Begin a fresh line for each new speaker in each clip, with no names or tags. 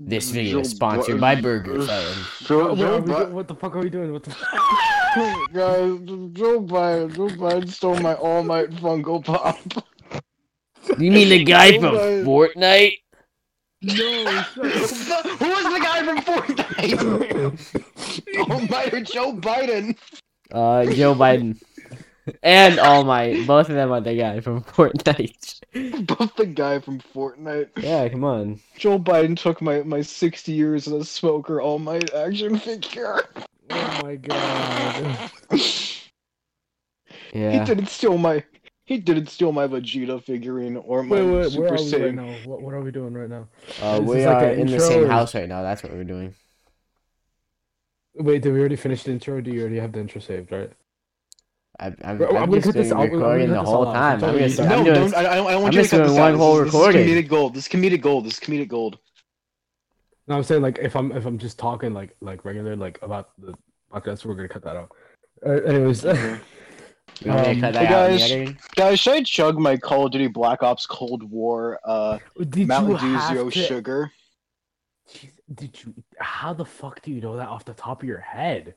This video is
Joe
sponsored
Bu-
by Burger Phone.
Joe,
What,
Joe
are we do-
Bi-
what the fuck are we doing? What the
guys, Joe Biden, Joe Biden stole my All Might Funko Pop.
You mean the guy from
Alright.
Fortnite?
no,
Who is the guy from Fortnite? All Might or Joe Biden?
Uh, Joe Biden. And All Might. Both of them are the guy from Fortnite.
Both the guy from Fortnite.
Yeah, come on.
Joe Biden took my, my 60 years as a smoker All Might action figure.
Oh my god.
He
Yeah.
didn't steal my. He didn't steal my Vegeta figurine or my
Wait, wait, where
Super
are we right
Saiyan.
now? What, what are we doing right now?
Uh,
Is
we
this like
are
an
in the
intro
same
or-
house right now. That's what we're doing.
Wait, did we already finish the intro? Or do you already have the intro saved, right?
I, I'm,
Bro,
I'm
we
just
cut this
doing
out. We- we
recording
cut
the
this
whole
all out.
time. I'm
Totally
just,
easy.
I'm
No,
doing,
don't. I, I I want
I'm
you to
just
cut
doing
this
one
out.
whole
this,
recording.
This is comedic gold. This is comedic gold. This is comedic gold.
No, I'm saying like if I'm if I'm just talking like like regular like about the podcast, we're gonna cut that out. Uh, anyways,
you want me to
Um,
cut that out in
hey
the
guys.
editing?
Guys, should I chug my Call of Duty Black Ops Cold War uh,
did
Mountain
you
Dew
have
Zero
to-
Sugar?
Jeez, Did you? How the fuck do you know that off the top of your head?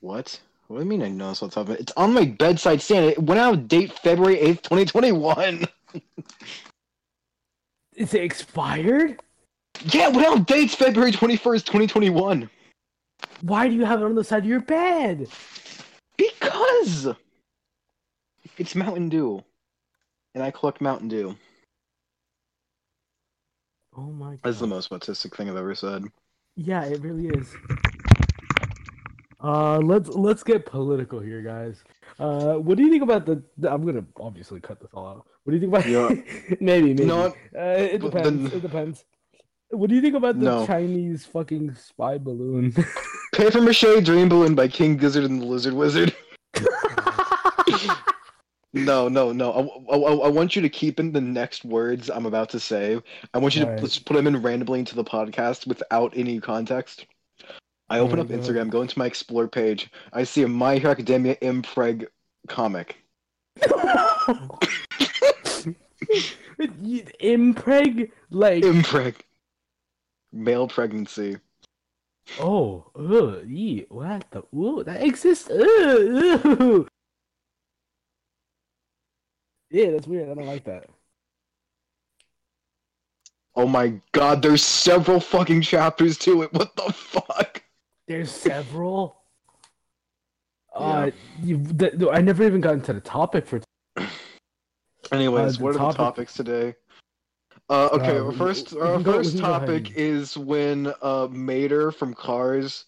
What? What do you mean I know this off the top of it? It's on my bedside stand. It went out of date February 8th, 2021.
Is it expired?
Yeah, it went out of date February 21st, 2021.
Why do you have it on the side of your bed?
Because it's Mountain Dew. And I collect Mountain Dew.
Oh my god.
That's the most autistic thing I've ever said.
Yeah, it really is. Uh, let's let's get political here, guys. Uh, what do you think about the? the- I'm gonna obviously cut this all out. What do you think about? maybe maybe.
You know what?
uh, it
But
depends.
then-
It depends. What do you think about the
No.
Chinese fucking spy balloon?
Paper Mache Dream Balloon by King Gizzard and the Lizard Wizard. No, no, no. I, I, I I want you to keep in the next words I'm about to say. I want you to
Alright.
just put them in randomly into the podcast without any context. I open up
Alright, go
Instagram, go into my explore page. I see a My Hero Academia impreg comic.
You- Impreg like
Impreg. Male pregnancy.
oh ugh, ee, what the ooh that exists ugh, ugh. yeah that's weird I don't like that
Oh my god, there's several fucking chapters to it. What the fuck?
There's several.
Yeah.
Uh, you, th- th- I never even got into the topic for.
Anyways,
the
what are
Uh, topic-
the topics today? Uh, okay,
Uh,
our
we-
first
we
our
can go- we
first
can go ahead
topic
and-
is when uh Mater from Cars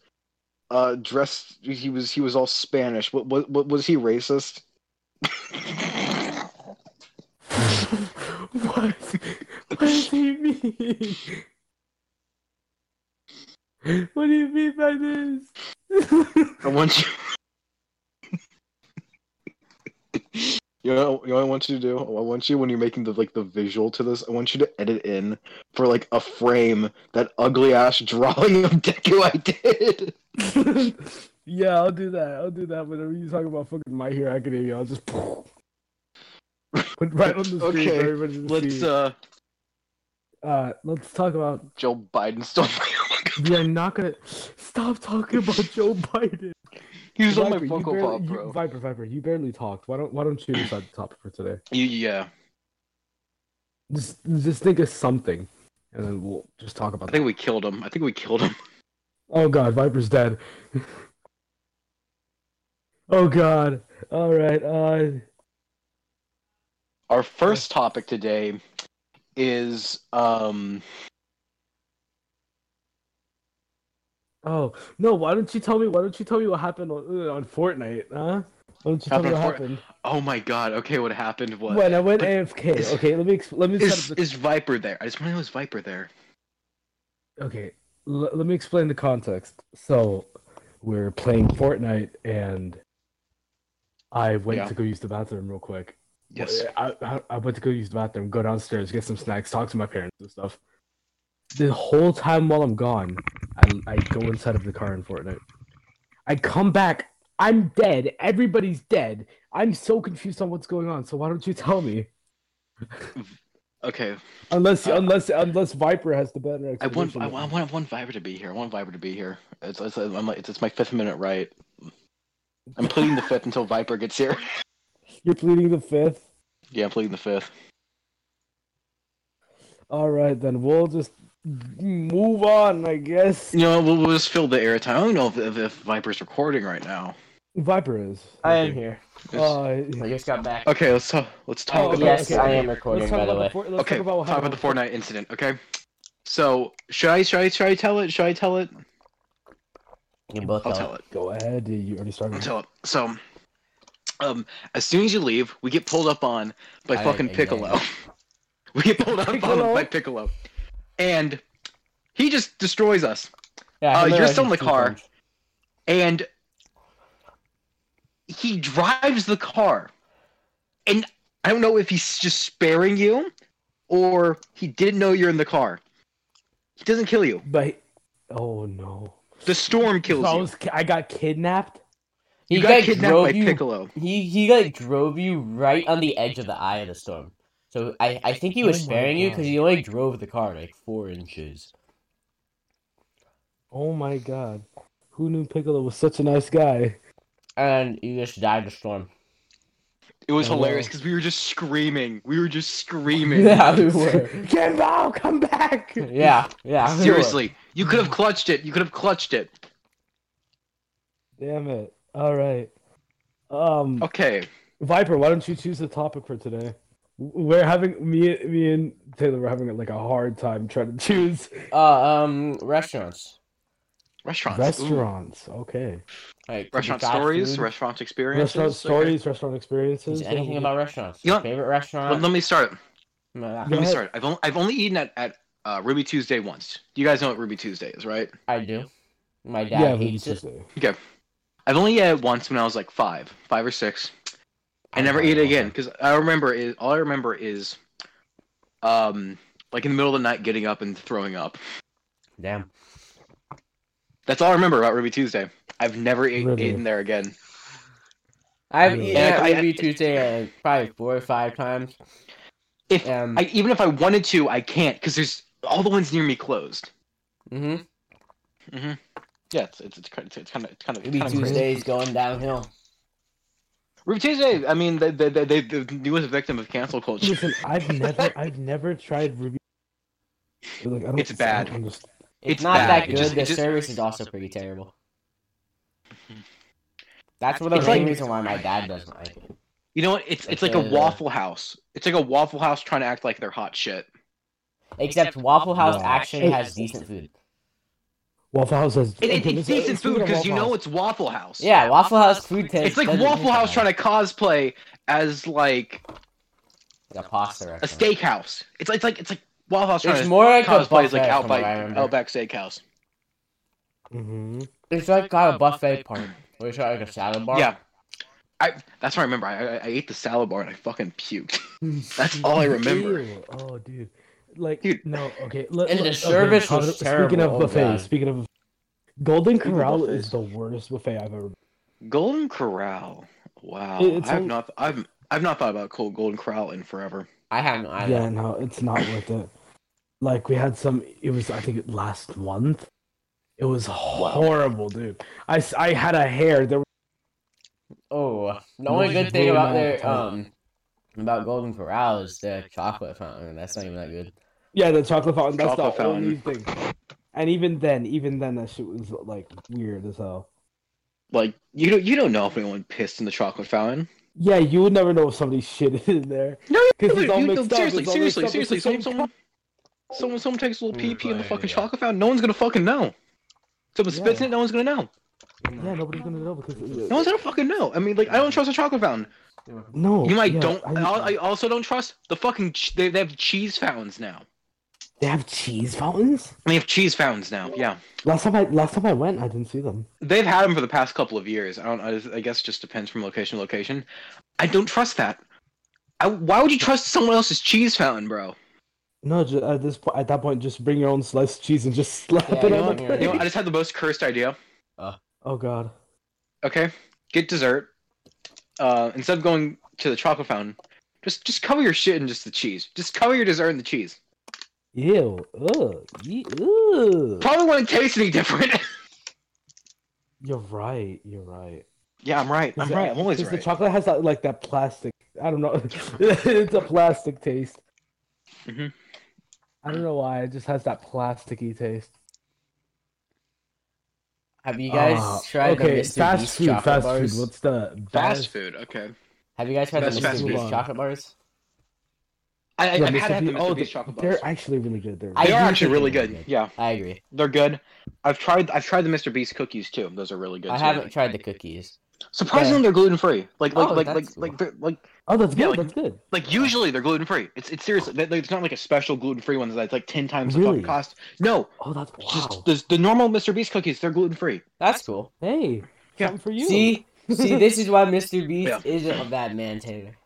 uh dressed he was he was all Spanish. What what, what was he racist?
what? What does he mean? What do you mean by this?
I want you You know, you know what I want you to do? I want you when you're making the like the visual to this, I want you to edit in for like a frame that ugly ass drawing of Deku I did.
yeah, I'll do that. I'll do that. Whenever you talk about fucking My Hero Academia, I'll just put right on the screen
Okay,
for everybody to
Let's
see.
uh
uh, let's talk about
Joe Biden stole my
We are not gonna stop talking about Joe Biden.
He was on my
Viper, you
Funko
barely-
Pop,
you-
bro.
Viper, Viper, you barely talked. Why don't Why don't you decide the topic for today?
You, yeah,
Just Just think of something, and then we'll just talk
I
about.
think
That.
we killed him. I think we killed him.
Oh God, Viper's dead. oh God. All right. Uh,
Our first topic today is um.
oh no. Why don't you tell me? Why don't you tell me what happened on, uh, on Fortnite? Huh? Why don't you tell
Happened
me what
on Fort-
happened?
Oh my God! Okay, what happened was
When I went
But
AFK.
is-
okay, let me exp- let me set up
is
the
is Viper there? I just want to know is Viper there.
Okay, l- let me explain the context. So, we're playing Fortnite, and I went
Yeah.
to go use the bathroom real quick.
Yes.
I, I, I went to go use the bathroom, go downstairs, get some snacks, talk to my parents and stuff. The whole time while I'm gone, I, I go inside of the car in Fortnite. I come back, I'm dead. Everybody's dead. I'm so confused on what's going on. So why don't you tell me?
Okay,
Unless
Uh,
unless unless Viper has the better
I want
explanation.
I want I want, I want Viber to be here. I want Viber to be here. It's it's, I'm like, it's it's my fifth minute right. I'm pleading the fifth until Viper gets here.
You're pleading the fifth.
yeah, I'm pleading the fifth.
All right, then we'll just move on, I guess.
You know, we'll, we'll just fill the airtime. I don't know if, if, if Viper's recording right now.
Viper is.
I am here.
It's-
Uh,
I just got back.
okay, let's talk. Let's talk
Oh,
about.
yes,
okay.
I am recording.
let's talk
By the
about the
way,
for, let's
okay,
talk about what
talk about
happened.
the Fortnite incident. Okay, so should I should I should I tell it? Should I tell it?
you can both
I'll
tell.
tell it.
Go ahead, dude, you already started.
I'll tell it. So, um, as soon as you leave, we get pulled up on by
Aye,
fucking
aye, aye.
Piccolo. we get pulled up on
Piccolo?
by Piccolo, and he just destroys us.
Yeah,
Uh,
I
you're
literally
still in the
two
car.
times.
and he drives the car and i don't know if he's just sparing you or he didn't know you're in the car he doesn't kill you
But oh no,
the storm kills
So I
you
was ki- I got kidnapped.
He
you got
like
kidnapped by
drove you.
piccolo
He he like drove you right on the edge of the eye of the storm. So I I think he was
Oh my
sparing you because
God.
he only drove the car like four inches.
Oh my god, who knew Piccolo was such a nice guy?
and you just died the storm.
it was
Oh, wow.
hilarious because we were just screaming we were just screaming
yeah, we were.
Kenbao, come back!
Yeah, yeah. we were.
seriously you could have clutched it you could have clutched it
Damn it. All right. Um,
okay
Viper, why don't you choose the topic for today? We're having me, me and Taylor were having like a hard time trying to choose
Uh, um, restaurants.
restaurants Ooh.
restaurants. Okay,
Like
restaurant
fast
stories
food.
restaurant experiences
restaurant
okay.
stories, restaurant experiences.
Just anything about restaurants.
You know-
Favorite
Let-
restaurant.
let me start
Nah,
Go
Let me
ahead.
start. I've only, I've only eaten at, at uh, Ruby Tuesday once. You guys know what Ruby Tuesday is, right?
I do. My dad
yeah,
hates it.
Tuesday.
I've only had it once when I was like five, five or six. I never eat it again because I remember is all I remember is, um, like in the middle of the night getting up and throwing up.
Damn.
That's all I remember about Ruby Tuesday. I've never ate,
Really?
eaten there again.
I've
Really?
eaten
Yeah,
at
I- I-
Ruby Tuesday like, probably four or five times.
If
Um,
I even if I wanted to, I can't because there's all the ones near me closed.
hmm
Yeah, it's it's it's kind of it's kind of it's kind of
Ruby Tuesday's going downhill.
Ruby Tuesday. I mean, they they they, they the newest victim of cancel culture.
Listen, I've never, I've never tried Ruby. Like, I don't,
It's bad.
I don't understand.
It's,
It's
not
bad.
that
It
good.
just-
the
it just-
service is also pretty terrible. That's one of
It's
the main
like-
reason why my dad doesn't like it.
You know what? It's it's like
Okay.
a Waffle House. It's like a Waffle House trying to act like they're hot shit.
Except Waffle House
Wow.
actually has decent food.
Waffle House has
It, it,
okay,
it's
it's-
decent
it's
food
at
because you
Waffle
know
House.
it's Waffle House.
Yeah, Waffle House food taste.
It's like Waffle House trying to cosplay as like
to a pasta
a
restaurant.
steakhouse. It's like it's like it's like Waffle House trying
It's
to
more like a
cosplay
buffet.
as like
from what
Outback
I remember.
Outback Steakhouse.
Mhm.
It's like got a buffet part. Where it's like a salad bar.
Yeah, I that's what I remember. I, I, I ate the salad bar and I fucking puked. that's all I remember.
Ew. Oh, dude. Like,
Dude.
no, okay. let-
And the
let- okay,
service was
talk- Speaking
terrible,
of
oh God.
buffets, speaking of Golden
Speaking of
Corral
buffets.
is the worst buffet I've ever.
Golden Corral. Wow,
It- it's
I've
on-
not I've I've not thought about cold Golden Corral in forever.
I haven't either.
Yeah, no, it's not worth it. Like we had some. It was I think last month. It was horrible, dude. I, s- I had a hair. There was
Oh, the
No,
only
it's
good
just
thing
really
about
not
their
tight.
um about Golden Corral is the chocolate fountain. That's not even that good.
yeah the chocolate fountain. That's
Chocolate
the only
fountain.
thing. And even then, even then, that shit was like weird as hell.
Like you don't you don't know if anyone pissed in the chocolate fountain.
Yeah, you would never know if somebody shitted in there.
No,
because
Dude,
it's all
you-
mixed
no,
up.
seriously,
it's all mixed
seriously,
up, it's the
seriously. Someone,
same
someone, someone, someone takes a little
Yeah,
pee pee in the
yeah,
fucking
yeah.
chocolate fountain. No one's gonna fucking know. Someone spits
Yeah.
in it. No one's gonna know.
Yeah, nobody's gonna know because
No one's gonna fucking know. I mean, like, I don't trust a chocolate fountain.
no.
You know, I
Oh, yeah,
don't. I, I also don't trust the fucking. Ch- they, they have cheese fountains now.
they have cheese fountains.
They have cheese fountains now. Yeah,
Last time I last time I went, I didn't see them.
they've had them for the past couple of years. I don't. I, I guess it just depends from location to location. I don't trust that. I, why would you trust someone else's cheese fountain, bro?
No, ju- at this point, at that point, just bring your own sliced cheese and just slap
Yeah, you
it on
know
the
what,
plate.
You know, I just had the most cursed idea.
Oh god.
Okay, get dessert. Uh, instead of going to the chocolate fountain, Just just cover your shit in just the cheese. Just cover your dessert in the cheese.
Ew. Ugh. ye- Ew.
Probably wouldn't taste any different.
You're right. You're right.
yeah, I'm right. I'm
Is that-
right. I'm always
because
right.
The chocolate has that like that plastic. I don't know. it's a plastic taste.
Mhm.
I don't know why. It just has that plasticky taste.
Have you guys
Ah,
tried the
okay,
Mr.
fast
Beast
food,
chocolate
fast
bars?
food. What's the
Fast food. Okay.
Have you guys tried
That's
the
fast
Mr. Beast
food.
chocolate bars?
I, I,
Yeah,
I've had
Mr.
to have the
Beast-
Mr.
oh,
Beast
the-
chocolate bars.
They're actually really good. They're
I
They are
do
actually
think
really
they're
good.
good.
Yeah,
I agree.
they're good. I've tried. I've tried the Mr. Beast cookies too. Those are really good.
I
too.
haven't tried the cookies.
Surprisingly, they're gluten free. Like like
Oh,
like
that's
like
cool.
like they're, like
oh, that's good.
Yeah, like-
that's good.
like usually they're gluten free. It's it's seriously. They, they- it's not like a special gluten free one that's like ten times the
Really?
fucking cost. No,
Oh, that's wow.
just the, the normal Mr. Beast cookies. They're gluten free.
That's cool.
Hey,
Yeah.
something for you.
See, see, this is why Mr. Beast
Yeah.
isn't a bad man, Taylor.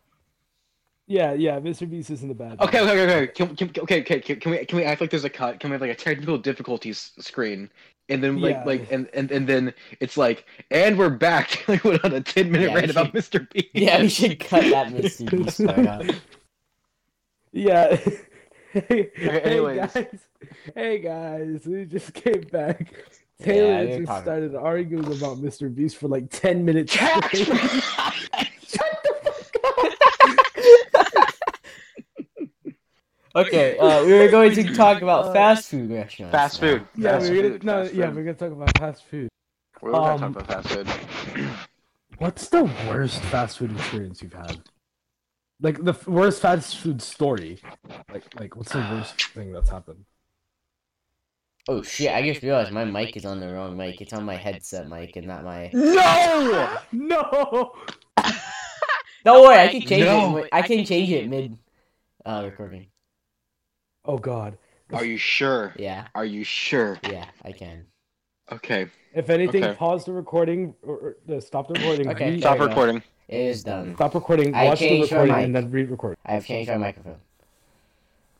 Yeah, yeah. Mr. Beast isn't a bad.
Okay,
man.
okay, okay, okay. Can, can, okay, okay. Can, can we can we act like there's a cut? Can we have like a technical difficulties screen? And then like
Yeah.
like and, and and then it's like and we're back. like we're on a ten minute
Yeah,
rant
you
about Mr. Beast.
Yeah, we should cut that Mr. Beast part out.
Yeah. hey,
anyways.
hey guys. Hey guys, we just came back. Taylor
we were
just
talking-
started arguing about Mr. Beast for like ten minutes.
Catch!
straight.
Okay, uh, we were going to talk about fast food restaurants.
fast
now.
food.
yeah,
fast
we're gonna
food,
no,
fast
yeah,
food.
we're gonna talk about fast food.
We're gonna
um,
talk about fast food.
What's the worst fast food experience you've had? Like the f- worst fast food story. Like, like what's the worst thing that's happened?
Oh shit! I just realized my mic is on the wrong mic. It's on my headset mic and not my.
No!
No.
Don't worry, I can change
No.
it. I can change it mid uh, recording.
Oh God.
Are you sure?
Yeah,
Are you sure?
yeah, I can.
Okay.
If anything,
Okay.
pause the recording or, or uh, stop the recording.
Okay.
re-
There
Stop
we go.
recording.
It is done.
Stop recording.
I
Watch the
changed my
recording
mic.
and then re-record.
I've changed my microphone,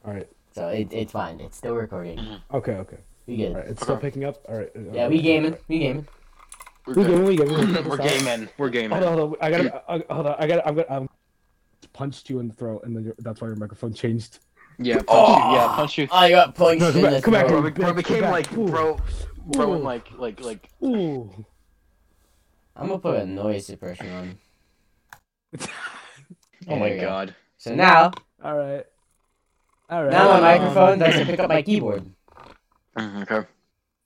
All right.
so it, it's fine. It's still recording.
Okay. Okay.
We
All
good?
right. It's still picking up. All right.
Yeah, we gaming. We gaming.
We're,
We
good.
gaming. We gaming.
We're gaming. We're gaming.
Hold on. Hold on. I gotta. I, hold on. I gotta. I'm gonna. I'm punched you in the throat, and then your, that's why your microphone changed.
Yeah, punch you. Yeah, punch you.
I got points.
No, come
in
back,
the
come back.
throat.
Bro, we- bro,
Back,
became
back.
like
Ooh.
bro, bro, and
Ooh.
like like like.
Ooh.
I'm gonna put a noise suppression on.
Oh
There
my
we go.
god.
So now,
All right. All right.
now my
Um,
microphone doesn't pick up my keyboard.
Mm, Okay.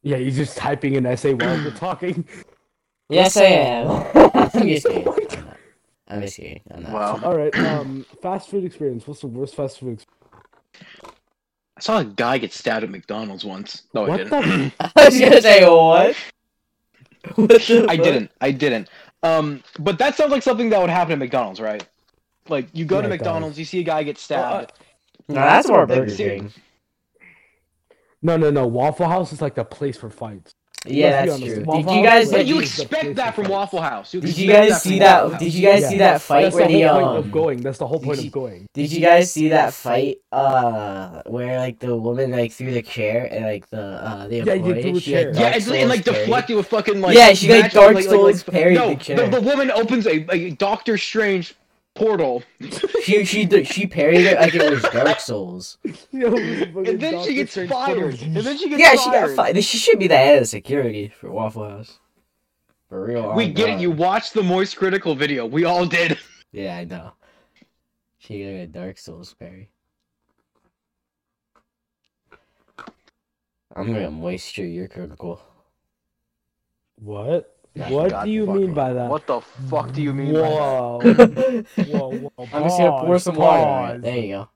Yeah, you're just typing an essay while you're talking.
Yes, I am. I'm just kidding. I'm not.
Oh my
I'm just kidding. I'm not.
Wow.
All right. Um, fast food experience. What's the worst fast food? Experience?
I saw a guy get stabbed at McDonald's once. No, I
What
didn't.
the?
I was gonna say what? what the
I
fuck?
didn't. I didn't. Um, but that sounds like something that would happen at McDonald's, right? Like you go to
Yeah, it does.
McDonald's, you see a guy get stabbed.
No, that's more Burger
Dude.
King.
No, no, no. Waffle House is like the place for fights.
Yeah, that's
Let's be
true.
honest,
Did
Waffle
you
House
guys?
is
but
like-
Did
you
you,
is the
expect
place
that from
for fights.
Waffle House. You
did you
expect
guys
that
see
from
that?
Waffle House.
Did you guys
Yeah.
see that fight
That's
where
the
the
whole point
um?
of going. That's the whole point
you-
of going.
Did you guys see that fight? Uh, where like the woman like threw the chair and like the uh the
Yeah, you
employee,
threw a
she, like,
chair.
Dark
Yeah, and, and like
Souls
deflect you with fucking like
Yeah, she, like,
magic-
Dark Souls parried
No,
the chair.
the, the woman opens a, a Doctor Strange portal,
parried. She she d- she parried it like it was Dark Souls.
Yo, it was a
and then
fucking
she gets
Doctor Strange
fired,
footage.
and then she gets
Yeah,
fired.
she got fired. She should be the head of security for Waffle House. For real.
We
oh,
get it.
God.
You watched the Moist Critical video. We all did.
Yeah, I know. She got a Dark Souls berry. I'm gonna moisture your critical.
What?
Yeah,
what do you mean by that?
What the fuck do you mean? by that?
Whoa.
I'm
whoa, whoa.
just gonna pour
pause,
some water. on it.
pause.
There you go.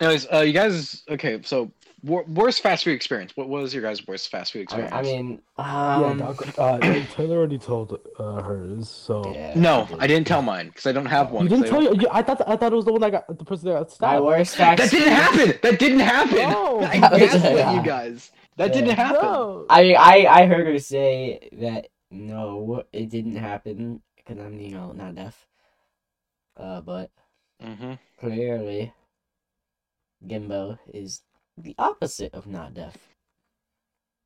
Anyways, uh, you guys. Okay, so wor- worst fast food experience. What was your guys' worst fast food
I,
experience?
I mean,
Yeah,
um,
doc, uh, Taylor already told uh, hers, so.
yeah,
Oh. no,
did.
I didn't tell mine because I don't have one.
You
'cause
didn't
I
tell
don't-
you. you- I thought I thought it was the one that got the person that got
My
stabbed.
worst fact.
That didn't happen. That didn't happen.
No.
I
That was-
gaslit you guys. That
Oh. Yeah.
didn't happen.
No.
I mean, I I heard her say that no, it didn't happen because I'm you know not deaf. Uh, but
Mm-hmm.
clearly, Gimbo is the opposite of not deaf.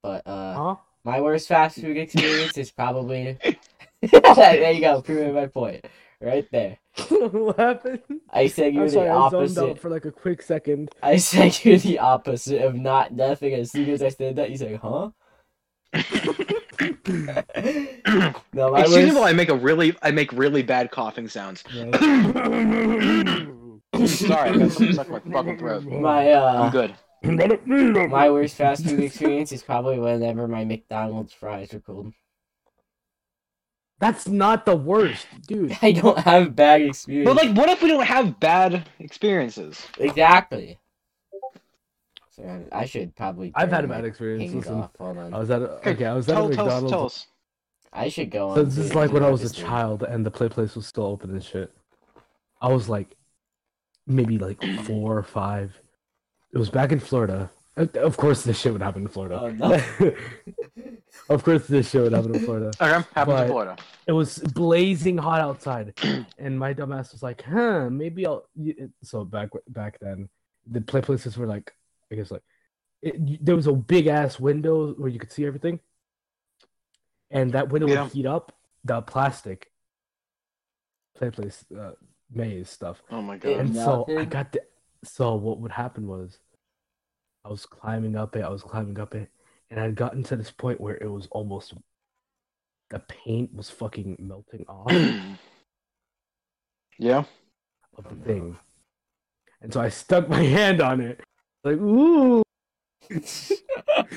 But uh,
Huh?
My worst fast food experience is probably. there you go, proving my point. right there.
what happened?
I said you're
I'm sorry,
the
I zoned out
opposite.
for like a quick second.
I said you're the opposite of not laughing. As soon as I said that, you said, "Huh?" no, I
Excuse me
was.
while I make a really I make really bad coughing sounds.
No.
Sorry, I got something stuck in my fucking throat.
My
I'm
uh,
good.
my worst fast food experience is probably whenever my McDonald's fries are cold.
That's not the worst, dude.
I don't have bad experience.
But like, what if we don't have bad experiences?
Exactly. So I should probably.
I've had a
turn
bad
my
experience.
thing
Listen,
off. Hold on.
I was at a, okay, I was at a
Tell, tell us,
McDonald's.
tell us.
I should go on.
So this is
to
like when I was a
Disney.
child and the play place was still open and shit. I was like, maybe like four or five. It was back in Florida. Uh, Of course, this shit would happen in Florida.
Oh, no.
of course, this shit would happen in Florida.
Okay, happens
But-
in Florida.
It was blazing hot outside, and my dumbass was like, "Huh, maybe I'll." y- it- So back back then, the play places were like, I guess like, it, there was a big ass window where you could see everything, and that window
Yeah.
would heat up the plastic play place uh, maze stuff,
Oh my
Yeah.
god.
and so I
Melted.
got the. So what would happen was, I was climbing up it. I was climbing up it, and I'd gotten to this point where it was almost. The paint was fucking melting off.
yeah.
of the thing. And so I stuck my hand on it, like ooh.
Oh,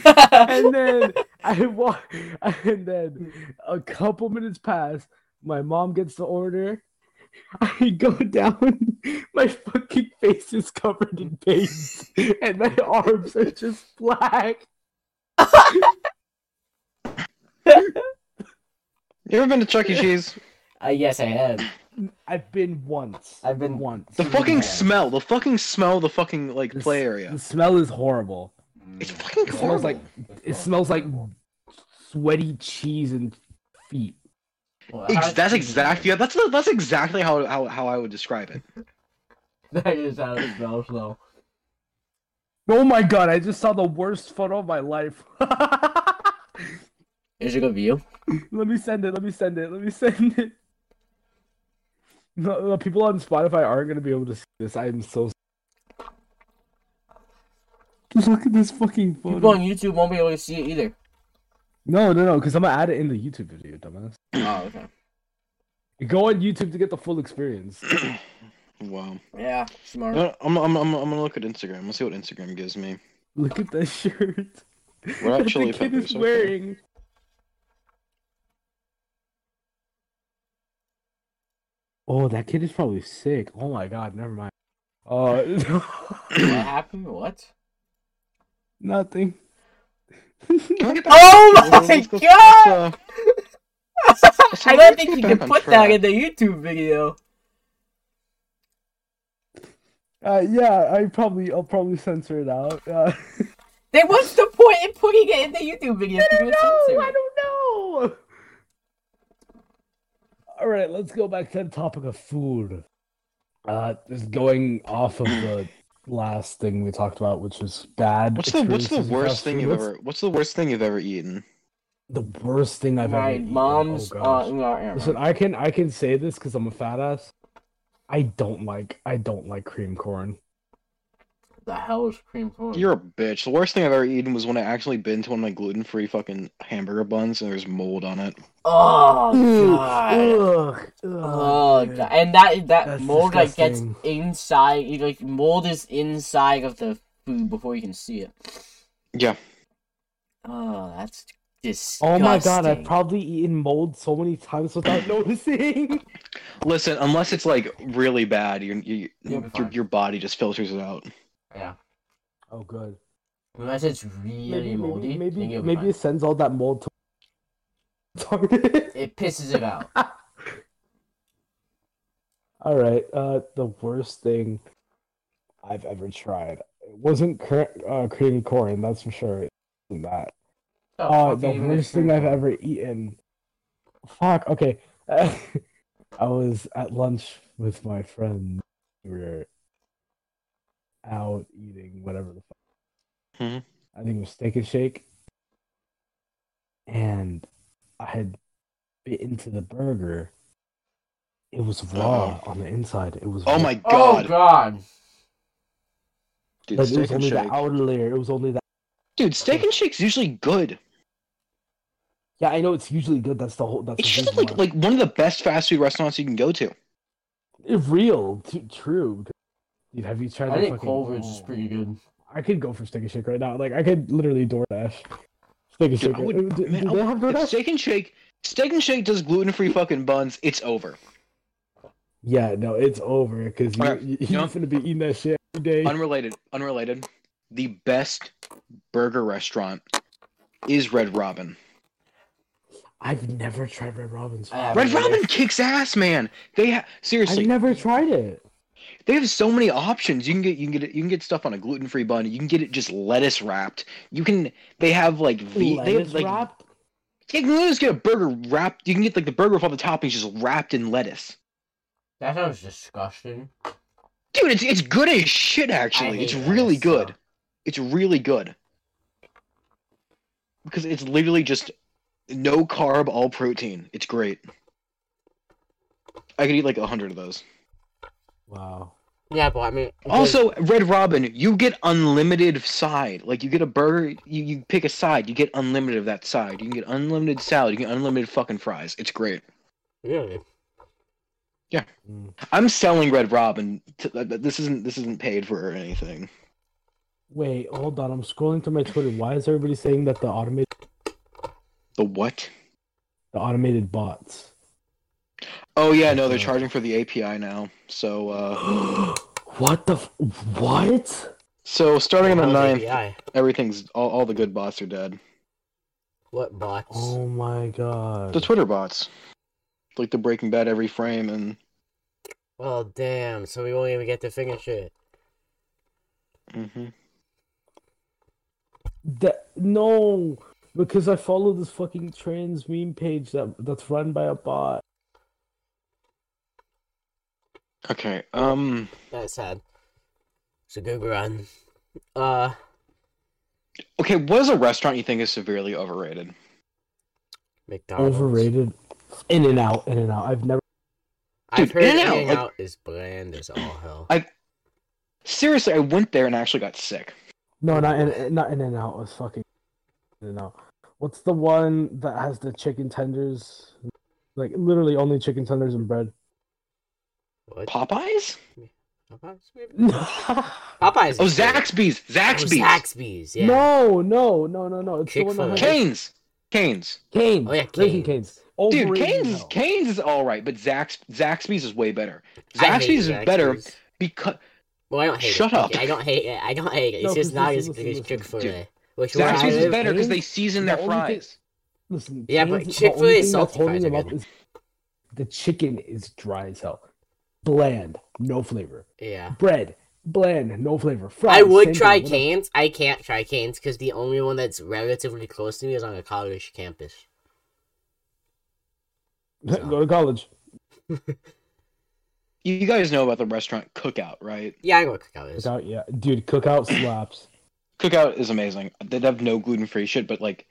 And then I walk, and then a couple minutes pass. My mom gets the order. I go down. My fucking face is covered in paint, and my arms are just black.
You ever been to Chuck E. Cheese?
uh, yes, I have.
I've been once.
I've been-
once.
The fucking
Yeah.
smell, the fucking smell, the fucking like
The s-
play area.
The smell is horrible.
It's fucking
It
horrible.
smells like it smells like sweaty cheese and feet.
Well,
Ex-
how-
that's exactly yeah, that's that's exactly how, how how I would describe it.
That is how it smells, though.
Oh my god, I just saw the worst photo of my life.
Is it good view?
let me send it, let me send it, let me send it. No, no, people on Spotify aren't gonna be able to see this. I am so Just look at this fucking
People on YouTube won't be able to see it either.
No, no, no, because I'm gonna add it in the YouTube video, dumbass.
oh, okay.
Go on YouTube to get the full experience.
Wow.
Yeah, smart.
No, I'm, I'm, I'm, I'm gonna look at Instagram. Let's see what Instagram gives me.
Look at that shirt.
We're at
that
Chili
the kid
Peppers,
is
okay.
wearing. Oh, that kid is probably sick. Oh my god, never mind. Uh,
What happened? What?
nothing.
Can we get back-
Oh
let's-
my
let's go-
God!
let's, uh, let's-
I don't
let's
think
get
you
back
can
on
put that
track.
in the YouTube video.
Uh, yeah, I probably, I'll probably censor it out. Uh,
Then what's the point in putting it in the YouTube video? if
I
you're
don't
gonna censor
know.
it?
I don't know. All right, let's go back to the topic of food. Uh, just going off of the last thing we talked about, which was bad.
What's the what's the
experiences with fast
worst thing
food.
you've
What's
ever what's the worst thing you've ever eaten?
The worst thing I've ever.
My
eaten.
mom's.
Oh,
uh,
gosh.
no, never
Listen,
mind.
I can I can say this because I'm a fat ass. I don't like I don't like cream corn.
the hell is cream corn?
You're a bitch. The worst thing I've ever eaten was when I actually bit into one of my gluten free fucking hamburger buns and there's mold on it.
Oh god.
Ugh.
Oh god. And that that
That's
mold like gets
disgusting.
inside. You like mold is inside of the food before you can see it.
Yeah.
Oh, that's disgusting.
Oh my god! I've probably eaten mold so many times without noticing.
Listen, unless it's like really bad, you you
You'll be
your,
fine.
your body just filters it out.
yeah.
Oh, good.
Unless it's really
Maybe
moldy,
maybe
then
maybe,
you'll be
maybe it
fine.
sends all that mold to. Sorry.
it pisses it out.
all right. Uh, the worst thing I've ever tried it wasn't cur- uh, cream corn. That's for sure. It wasn't that.
Oh,
Oh,
fuck
the
it, even
worst
if
thing I've
you're-
ever eaten. Fuck. Okay. I was at lunch with my friend. We were out eating whatever the fuck.
Mhm.
I think it was steak and shake. And I had bit into the burger It was raw on the inside. It was.
Oh
raw.
my
Oh
god.
god.
Dude,
Like, it
steak
was
and
only
shake.
the outer layer. It was only that.
Dude, steak and shake's usually good.
Yeah, I know it's usually good. That's the whole. That's
It's
the
just
reason
like
why.
like one of the best fast food restaurants you can go to.
It's real. T- true. Dude, have you tried?
I
the
think
fucking-
Culver's is
Oh.
pretty good.
I could go for stick and shake right now. Like I could literally DoorDash. Stick and
Dude,
shake.
I
right-
would-
do,
man,
do
I
they have
If
DoorDash?
steak and shake, steak and shake does gluten free fucking buns. It's over.
Yeah, no, it's over because you,
Alright,
you,
you
you're
know-
gonna be eating that shit every day.
Unrelated. Unrelated. The best burger restaurant is Red Robin.
I've never tried Red Robin's.
I haven't
Red
either.
Robin kicks ass, man. They ha- seriously,
I've never tried it.
they have so many options. You can get you can get it, you can get stuff on a gluten free bun. You can get it just lettuce wrapped. You can they have like ve- they have
Lettuce
like
wrap?
you can literally just get a burger wrapped. You can get like the burger with all the toppings just wrapped in lettuce.
That sounds disgusting.
Dude, it's it's good as shit.
I
Actually,
hate
it's really
lettuce,
good.
so-
It's really good because it's literally just no carb, all protein. It's great. I could eat like a hundred of those.
Wow.
Yeah, but I mean.
Also, Red Robin, you get unlimited side. Like you get a burger, you, you pick a side, you get unlimited of that side. You can get unlimited salad, you get unlimited fucking fries. It's great.
Really?
Mm.
I'm selling Red Robin. To, th- th- this isn't this isn't paid for or anything.
Wait, hold on. I'm scrolling through my Twitter. Why is everybody saying that the automated
The what?
the automated bots?
Oh yeah, no, they're
Uh.
charging for the API now. So uh
what the? f- What?
so starting on the
How's
9th,
API?
everything's all, all the good bots are dead.
What bots?
Oh my god.
The Twitter bots. Like the breaking bad every frame and
Well, damn. So we won't even get to finish it.
hmm
That no, because I follow this fucking trans meme page that that's run by a bot.
Okay. Um
That's sad. It's a good run. Uh,
okay, what is a restaurant you think is severely overrated?
McDonald's.
Overrated. In and out, in and out. I've never.
I've
Dude,
heard
In-N-Out,
In-N-Out
like-
is bland as all hell.
I- Seriously, I went there and actually got sick.
No, not in, not in and out. It was fucking in and out. What's the one that has the chicken tenders? Like literally only chicken tenders and bread.
What?
Popeyes?
Popeyes? Maybe?
No,
Popeyes.
Oh,
is good.
Zaxby's, Zaxby's,
Oh, Zaxby's. Yeah.
no, no, no, no, no. It's the one
Chick-fil-A.
that has
Canes, Canes.
Canes.
Oh, yeah,
Raising
Cane's.
Cane's.
Dude,
Overrated
Canes,
as
is,
hell.
Canes is all right, but Zax, Zaxby's is way better.
I hate
Zaxby's is better
Zaxby's.
because
Well, I don't hate
Shut
it.
up.
Okay, I don't hate it. I don't hate it. It's
No,
just
because
not
listen,
as
listen,
good as
listen.
Chick Fil
Dude,
A. Which where I
Zaxby's is
live-
better because they
Canes?
season
The
their
only
fries.
Listen,
Yeah, but
Cane's- the
Chick-fil-A
only
is
thing that's
salty fries
holding them
are
up
good.
is the chicken is dry as hell, bland, no flavor.
Yeah.
Bread, bland, no flavor. Fries,
I would
same
try
thing, whatever.
Canes. I can't try Canes because the only one that's relatively close to me is on a college campus.
Go to college.
You guys know about the restaurant Cookout, right?
Yeah, I go to college.
Cookout, yeah, dude. Cookout slaps.
Cookout is amazing. They have no gluten free shit, but like,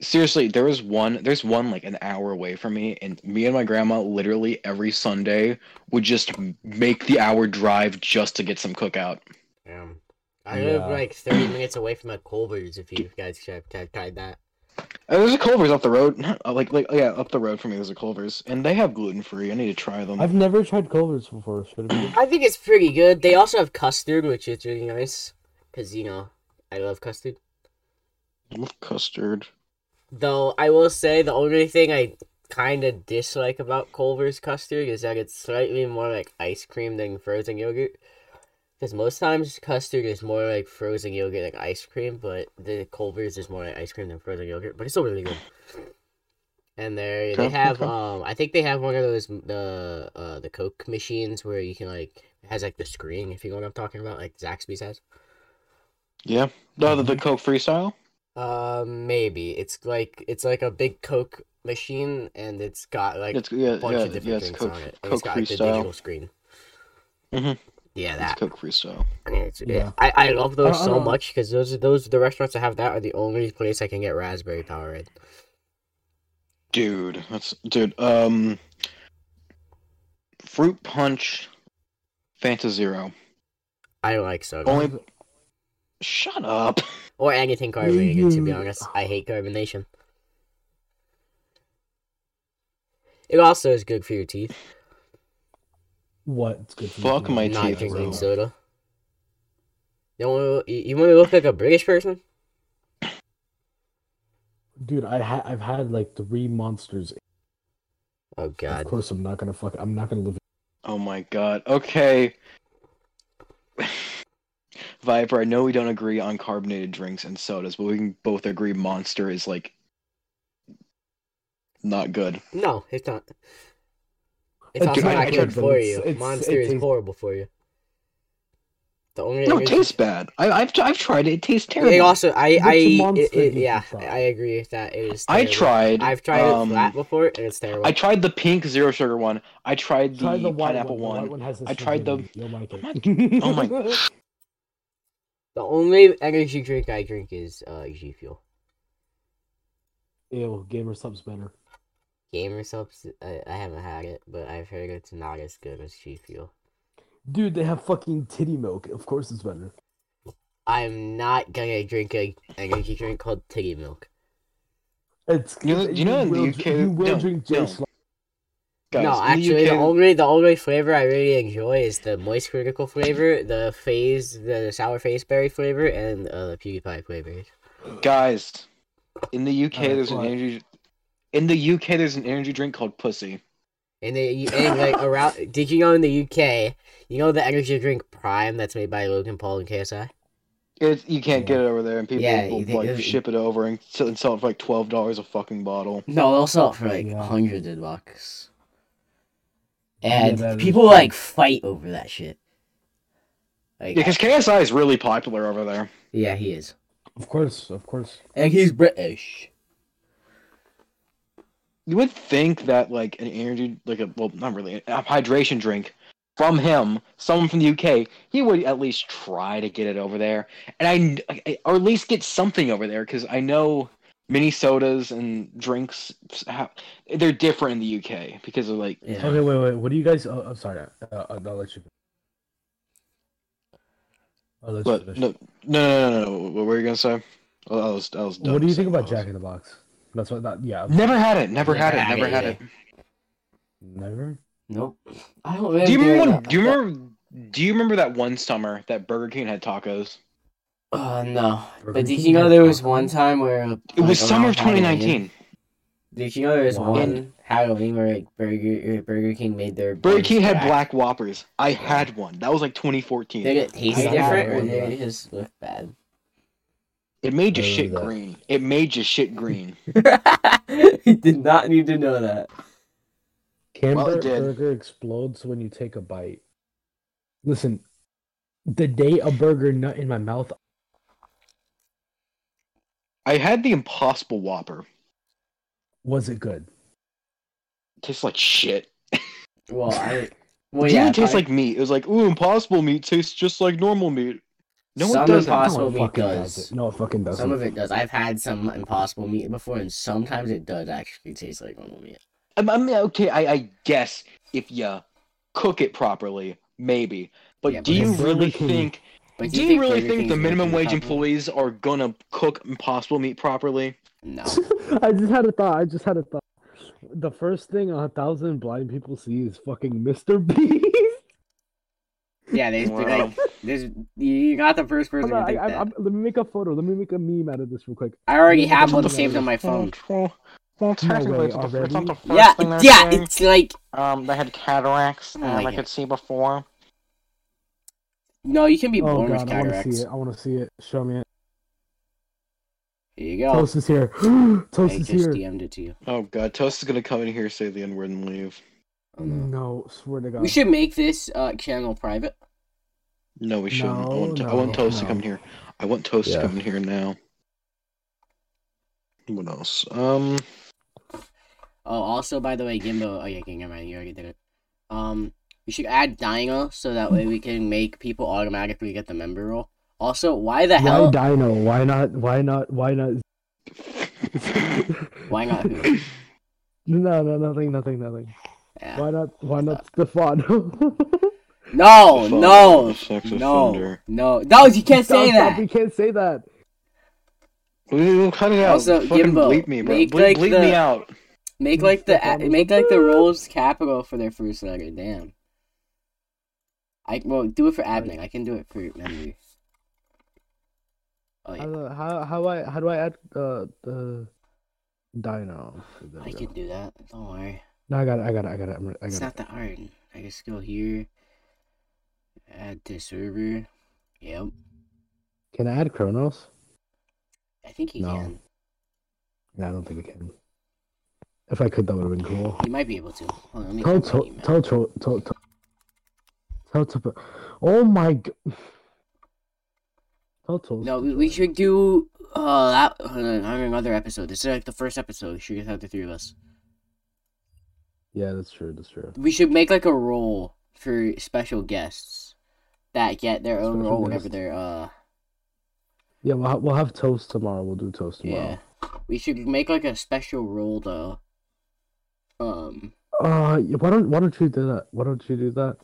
seriously, there was one. There's one like an hour away from me, and me and my grandma literally every Sunday would just make the hour drive just to get some Cookout.
Um, I live
Yeah.
like 30 minutes away from a Culver's if you guys have tried that.
Uh, there's a Culver's up the road. Not, uh, like, like, yeah, up the road from me. There's a Culver's, and they have gluten free. I need to try them.
I've never tried Culver's before. Should have
I think it's pretty good. They also have custard, which is really nice. Because, you know, I love custard.
I love custard.
Though, I will say the only thing I kind of dislike about Culver's custard is that it's slightly more like ice cream than frozen yogurt. Because most times custard is more like frozen yogurt, like ice cream, but the Culver's is more like ice cream than frozen yogurt, but it's still really good. And they they
Okay,
have
okay.
um I think they have one of those the uh the Coke machines where you can like it has like the screen if you know what I'm talking about like Zaxby's has.
Yeah. No, the, the
Mm-hmm.
Coke freestyle.
Uh, maybe it's like it's like a big Coke machine, and it's got like
It's yeah,
a bunch
yeah,
of different
yeah. It's
things
Coke,
on it. And
Coke
it's got like, the
freestyle.
digital screen.
Mhm.
Yeah,
It's
that.
Coke freestyle.
I mean, it's,
Yeah.
I, I love those
I- I
so
don't-
much because those are- those the restaurants that have that are the only place I can get raspberry Powerade.
Dude, that's dude. Um, fruit punch, Fanta Zero.
I don't like soda.
Only. Shut up.
Or anything carbonated, to be
Mm.
honest. I hate carbonation. It also is good for your teeth,
What? It's good for
Fuck
you.
my
not
teeth,
drinking
bro.
soda. You want to, you want to look like a British person?
Dude, I ha- I've had like three monsters.
Oh,
Of
God.
course, I'm not gonna fuck. I'm not gonna live.
Oh my god. Okay. Viper, I know we don't agree on carbonated drinks and sodas, but we can both agree Monster is like not good.
No, it's not. It's
It's
also
not
not
good,
good
but
for
it's-
you.
it's-
Monster
it
is
tastes-
horrible for you. The only
No, it
reason-
tastes bad. I, I've I've tried it. It tastes
It
terrible.
also, I,
It's a
I,
monster
it- it-
you
yeah,
can try.
I agree with that. It is.
I
terrible.
tried.
I've tried
um,
it flat before, and it's terrible.
I tried the pink zero sugar one. I tried the,
Try the white
pineapple
one. The
one.
white one has this
I tried the-
thing. You'll like
I'm
it.
oh my-
The only energy drink I drink is uh, G Fuel.
Ew, gamer subs better.
Gamer subs, I, I haven't had it, but I've heard it's not as good as G Fuel.
Dude, they have fucking titty milk. Of course, it's better.
I'm not gonna drink a energy drink called Tiggy Milk.
It's
You know- you know in the
will-
UK
you will
no,
drink
no.
Jason.
Guys,
no,
in
actually,
the
the
UK,
only the only flavor I really enjoy is the moist critical flavor, the phase, the sour face berry flavor, and uh, the PewDiePie flavor.
guys, in the UK
Alright,
there's
go
an
on.
energy. In the UK there's an energy drink called Pussy.
And they you- and like around. Did you know in the UK, you know the energy drink Prime that's made by Logan Paul and KSI?
It's you can't get it over there, and people
Yeah,
will
you think-
like ship it over and sell, and sell it for like twelve dollars a fucking bottle.
No, they'll sell it for like
Yeah.
hundreds of bucks.
Yeah,
And
that is
people
true.
like fight over that shit. Like, yeah,
Yeah, because KSI is really popular over there.
he is,
Of course, of course.
and he's British.
You would think that like an energy, like a well, not really a hydration drink from him, someone from the UK, he would at least try to get it over there, and I, I- or at least get something over there because I know mini sodas and drinks have, they're different in the UK because of like
Yeah.
Okay, wait, wait. What do you guys? Oh, I'm sorry. Uh, I'll, I'll let you. I'll let you
But
finish.
no, no, no, no, no. What were you gonna say? I was, I was done
what do you
saying
think about
those.
Jack in the Box? That's what. That, yeah.
Never had it. Never, had it.
Never
Never
had
had
it
it.
Never.
Nope. I don't really
Do you remember?
care
When,
about-
do you remember? Do you remember that one summer that Burger King had tacos?
Uh, no. But
Burger
did you
King
know
had
there was
taco?
one time where uh,
It was
like,
summer of
around Halloween,
2019.
Did you know there was
Wow.
one Halloween where like Burger uh, Burger King made their
Burger
buns
King had black Whoppers. I had one. That was like 2014.
Did it taste
I don't
different or
remember
did
that.
it just look bad?
It made your
I
shit
remember that.
green. It made your shit green.
I did not need to know that.
Can
Well, it
bur-
did.
burger explodes when you take a bite? Listen, the day a burger nut in my mouth,
I had the Impossible Whopper.
was it good?
tastes like shit.
Well, I. Well,
it didn't
yeah.
even taste
probably-
like meat. It was like, ooh, Impossible meat tastes just like normal meat. No
Some
one does that.
Impossible
no, it
meat
fucking does.
does.
it. No, it fucking doesn't.
Some of it does. I've had some impossible meat before, and sometimes it does actually taste like normal meat.
I I mean, okay, I, I guess if you cook it properly, maybe. But
Yeah,
do
but
you
it's Burger
really
King.
think?
But
do you
Burger
really think
King's
the
Burger
minimum
King
wage
proper?
employees are gonna cook Impossible meat properly?
No.
I just had a thought. I just had a thought. The first thing a thousand blind people see is fucking Mr. Beast.
Yeah, there's
Wow.
like, there's you're not the first person
Hold
to
on, I,
think
I,
that.
I'm- let me make a photo. Let me make a meme out of this real quick.
I already
What
have
the
one
fuck?
saved on my phone.
Well, well
technically, way, it's not the- it's not the
Yeah, yeah, it's Oh like
Um, they had cataracts um,
I like
I
it.
could see before.
no, you can be
Oh
born with
god, I want to
cataracts.
see it. I want to see it. Show me it.
Here you go.
Toast is here.
I
Toast is
just
here.
DM'd it to you.
Oh god, Toast is gonna come in here, say the N word, and leave.
Oh, no.
No, swear to Mm, God.
We should make this uh, channel private.
No, we shouldn't. I want,
No,
I want
no,
Toast to
no.
come in here. I want Toast
Yeah.
to come in here now. What else? Um,
Oh, also by the way, Gimbo. Oh yeah, okay, never mind. You already did it. Um, we should add Dino so that way we can make people automatically get the member role. Also, why the
Why
hell?
Dino? Why not? Why not? Why not?
why not? Who?
No, no, nothing, nothing, nothing.
Yeah.
Why not? Why not Stefano?
No,
Fuck,
no,
sex
no,
offender.
no. Those you can't say
Stop, stop,
that.
We can't say that.
Ooh, Cut it out.
Also,
Fucking
Gimbo,
bleep me, bro.
make,
Bleep,
like,
bleep
the-
me out.
Make like the a-
Stefano's-
make like the roles capital for their first letter. Damn. I well do it for admin. I can do it for memory. Oh
I
yeah,
don't know, how how I how do I add uh the dino? There we
I
go.
can do that. Don't worry.
No, I got it. I got it. I got it. I'm, re- I
It's
got it.
not that hard. I just go here, add to server. Yep,
Can I add Chronos?
I think you
No.
can.
No, I don't think I can. If I could, that would have been cool.
You might be able to. Hold on, let me
Tell
open my
tell
email.
tell tell tell tell. tell, tell oh my. g- Tell tell.
No, we, we should do uh that hold on, on another episode. This is like the first episode. We should just have the three of us.
Yeah, that's true. That's true.
We should make like a role for special guests that get their own
Special
role whenever
guests.
they're uh
Yeah, we'll ha- we'll have toast tomorrow. We'll do toast tomorrow.
yeah. We should make like a special role though. Um.
Uh, yeah, why don't why don't you do that? Why don't you do that?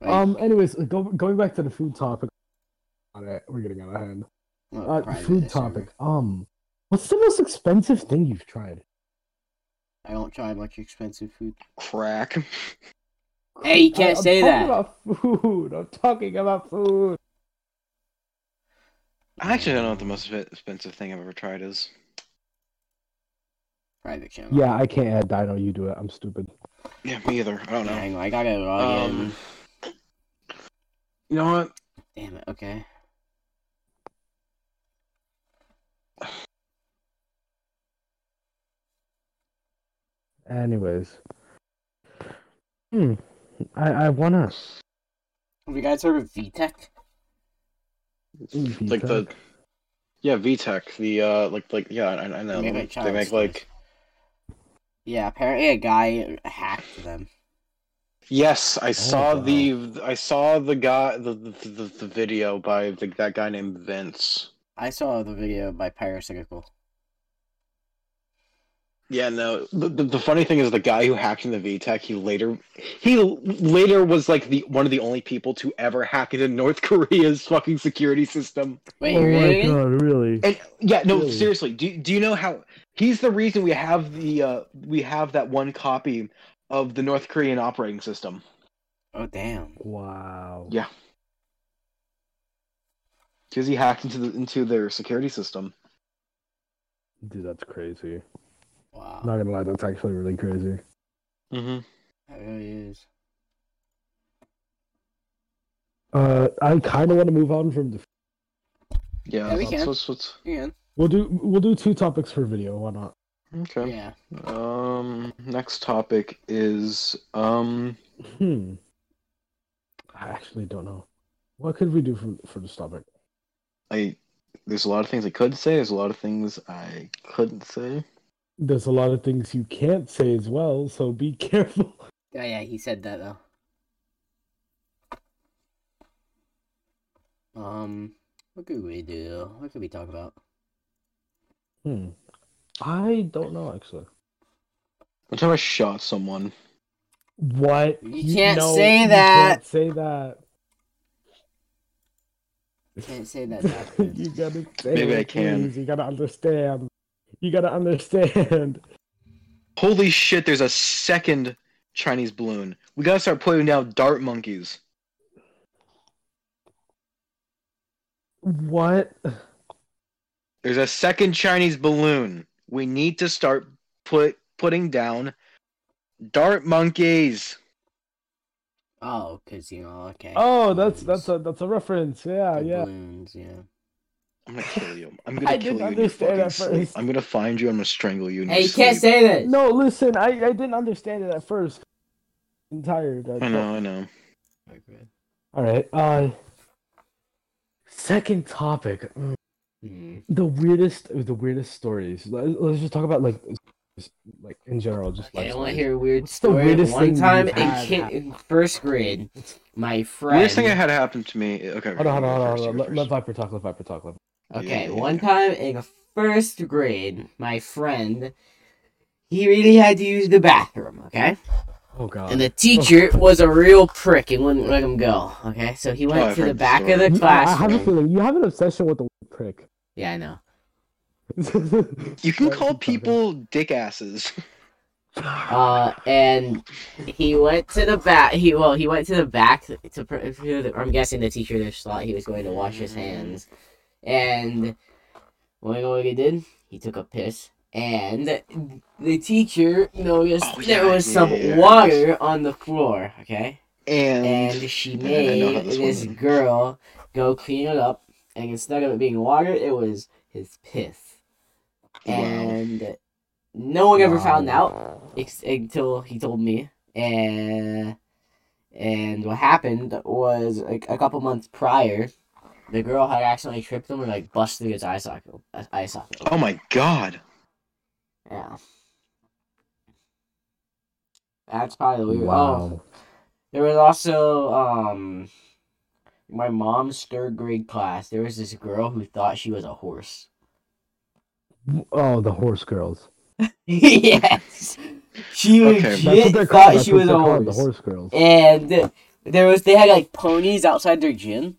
like,
Um. Anyways, go, going back to the food topic. All right, we're getting out of hand.
well,
Uh,
private
food
this server.
topic. Um, what's the most expensive thing you've tried?
I don't try much expensive food.
Crack.
Hey, you can't
I- I'm
say
talking
that.
About food. I'm talking about food.
I actually don't know what the most expensive thing I've ever tried is.
private channel.
Yeah, I can't add Dino. You do it. I'm stupid.
Yeah, me either. I don't
Yeah,
know.
Hang on, I gotta log
Um,
in.
You know what?
Damn it. Okay.
Anyways, hmm. I I wanna
Have you guys heard of VTech?
Like the yeah, VTech. The uh, like like yeah, I, I know.
They make, like,
they
child
make
stars.
like
Yeah, apparently a guy hacked them.
yes,
Oh,
I saw
wow.
the I saw the guy the the, the, the video by the, that guy named Vince.
I saw the video by Pyrocyclical.
Yeah, no. The, the, the funny thing is, the guy who hacked in the VTech, he later he later was like the one of the only people to ever hack into North Korea's fucking security system.
Wait,
oh
really?
my god, really?
And yeah, no,
Really?
seriously. Do do you know how he's the reason we have the uh we have that one copy of the North Korean operating system?
Oh damn.
Wow.
Yeah. Because he hacked into the into their security system.
Dude, that's crazy.
Wow.
Not gonna lie, that's actually really crazy.
Mm-hmm.
That really is.
Uh, I kind of want to move on from the.
Yeah,
Yeah, we
that's
can.
what's what's
Yeah.
We'll do we'll do two topics per video. Why not?
okay.
Yeah.
Um, next topic is um.
Hmm. I actually don't know. What could we do for for this topic?
I there's a lot of things I could say. There's a lot of things I couldn't say.
There's a lot of things you can't say as well, so be careful.
Oh yeah, he said that though. Um, what could we do? What could we talk about?
Hmm. I don't know actually.
One time I shot someone.
What?
You can't say that.
can't say that.
Can't say that. Doctor.
you gotta say
Maybe I
it,
can.
please. You gotta understand. You gotta understand.
Holy shit! There's a second Chinese balloon. We gotta start putting down dart monkeys.
What?
There's a second Chinese balloon. We need to start put putting down dart monkeys.
oh, cause you know, okay.
Oh, that's that's a that's a reference. Yeah,
The
yeah.
Balloons, yeah.
I'm gonna kill you. I'm gonna
I
kill
didn't
you. in your
understand
fucking
at
sleep.
first.
I'm gonna find you. I'm gonna strangle you. in
Hey,
your
you can't
sleep.
say this.
No, listen, I I didn't understand it at first. I'm tired. I
I know. I know.
All right. Uh, second topic. mm,
Mm.
The weirdest, the weirdest stories. Let- Let's just talk about like, just, like in general, just
Okay,
like
I want to hear a weird
the
story.
weirdest
One
thing
time
you've
in,
had
kid,
happen?
in first grade, my friend.
Weirdest thing I had happen to me. Okay.
Hold on, hold on, hold on.
you
Hold on.
go
Let, let
first.
Viper talk. Let Viper talk. Let...
Okay,
Yeah, yeah,
one
yeah.
time in first grade, my friend, He really had to use the bathroom, okay?
Oh god.
And the teacher was a real prick and wouldn't let him go, okay? So he went
Oh, I've
to the
heard this
back of
story.
the
You- I I have a
classroom.
feeling you have an obsession with the word prick.
Yeah, I know.
You can call people dick asses.
Uh, and he went to the back. He well, he went to the back to. pr- to the- I'm guessing the teacher just thought he was going to wash his hands, and well, you know what he did? He took a piss, and the teacher noticed
Oh,
there
yeah,
was some
yeah.
water on the floor. Okay,
And,
and she
Yeah, I know how
made
this
this
one-
girl go clean it up, and instead of it being water, it was his piss,
Wow.
and no one ever found out
Wow.
ex- until he told me. And and what happened was like a couple months prior, the girl had accidentally tripped him and like busted his eye socket. Eye socket.
oh my god.
Yeah. That's probably the weird. Oh,
Wow.
there was also um, my mom's third grade class. There was this girl who thought she was a horse.
Oh, the horse girls.
yes, she
Okay,
legit
that's
That's what they're called.
thought
That's
she
what
was
they're
a
called, the
horse.
horse girls.
and there was they had like ponies outside their gym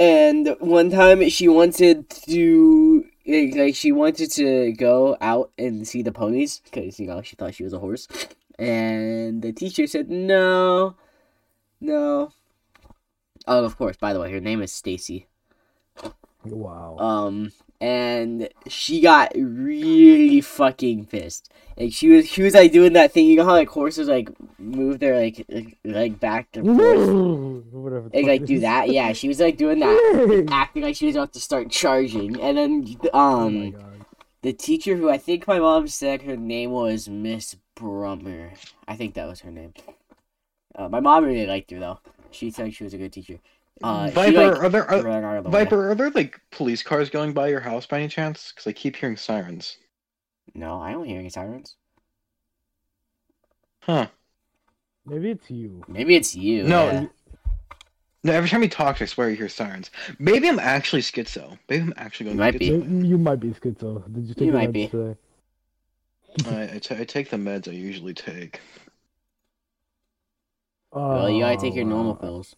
and one time she wanted to like like, she wanted to go out and see the ponies because you know she thought she was a horse and the teacher said no no oh of course by the way her name is stacy
Wow.
um, and she got really fucking pissed. Like she was, she was like doing that thing. You know how like horses like move their like like- like back and forth.
Whatever. the
They
fuck
like
it
do
is.
that. Um, Yeah, she was like doing that, acting like she was about to start charging. And then
Oh my
um,
god.
the teacher who I think my mom said her name was Miss Brummer. I think that was her name. Uh, my mom really liked her though. She said she was a good teacher. Uh,
Viper,
she, like,
are there are,
ran out of the way.
Viper, are there like police cars going by your house by any chance? Because I keep hearing sirens.
No, I don't hear any sirens.
Huh.
Maybe it's you.
Maybe it's you.
No,
yeah.
No, every time he talks, I swear you hear sirens. Maybe I'm actually schizo. Maybe I'm actually going
You might
schizo.
You, you might be schizo. Did you take
You
the
might
meds
be.
today?
I, I, t- I take the meds I usually take.
Well, you gotta
Oh,
take your
Uh,
normal
wow.
pills.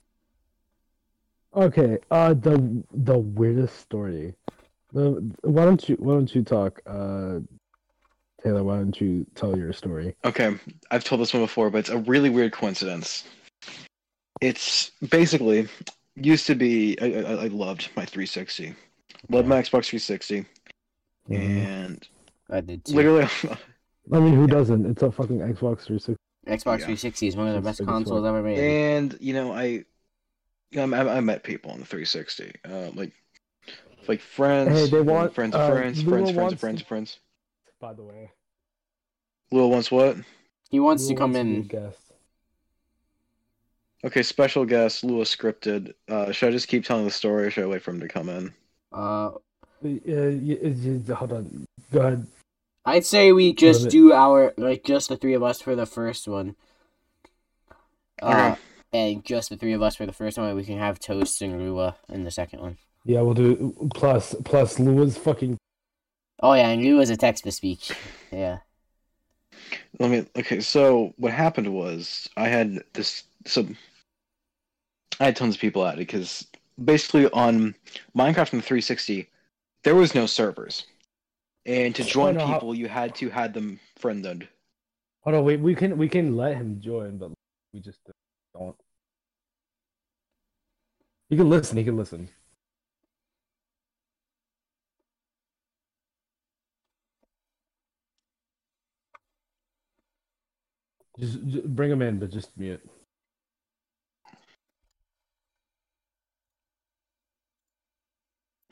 Okay. Uh, the the weirdest story. The why don't you why don't you talk? Uh, Taylor, why don't you tell your story?
Okay, I've told this one before, but it's a really weird coincidence. It's basically used to be I, I, I loved my 360, loved my Xbox 360, and
I did too.
literally
I mean, who doesn't? It's a fucking Xbox 360.
Xbox
Yeah.
360 is one of the
It's
best
the biggest
consoles ever made.
And you know, I, you know, I, I met people on the 360, uh, like, like friends,
Hey, they want,
friends,
uh,
friends,
Lua
friends, friends,
wants-
friends, friends.
By the way,
Lil wants what?
He wants
Lua
to come
be a
in.
guest.
Okay, special guest, Lua scripted. Uh, should I just keep telling the story, or should I wait for him to come in?
Uh,
Uh, y- y- y- hold on. Go ahead.
I'd say we
Love
just
it.
do our like just the three of us for the first one. Uh,
Okay.
and just the three of us for the first one. and We can have toast and Lua in the second one.
Yeah, we'll do plus plus Lua's fucking.
Oh yeah, and Lua's a text to speech. Yeah.
Let me. Okay, so what happened was I had this. So I had tons of people at it because basically on Minecraft and the 360, there was no servers, and to join
no, how-
people, you had to had them friended.
Hold on, wait. We can we can let him join, but we just don't. He can listen. He can listen. Just, just bring him in, but just mute.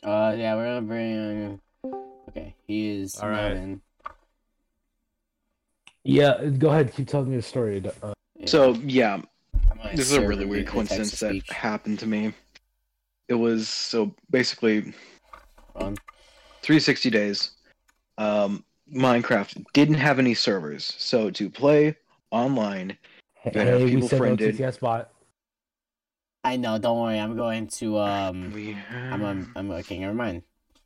Uh, yeah, we're gonna bring. Okay, he is.
All right.
not in.
Yeah, go ahead. Keep telling me the story. Uh,
Yeah,
So yeah,
I'm gonna
this is a
serve
really
him
weird
the text to
coincidence that
speech.
happened to me. It was so basically
Hold on.
360 days. Um, Minecraft didn't have any servers, so to play online, gotta have
hey, we
people
said no
friended.
TTS bot.
I know. Don't worry. I'm going to um.
we
I'm on, I'm okay, never mind.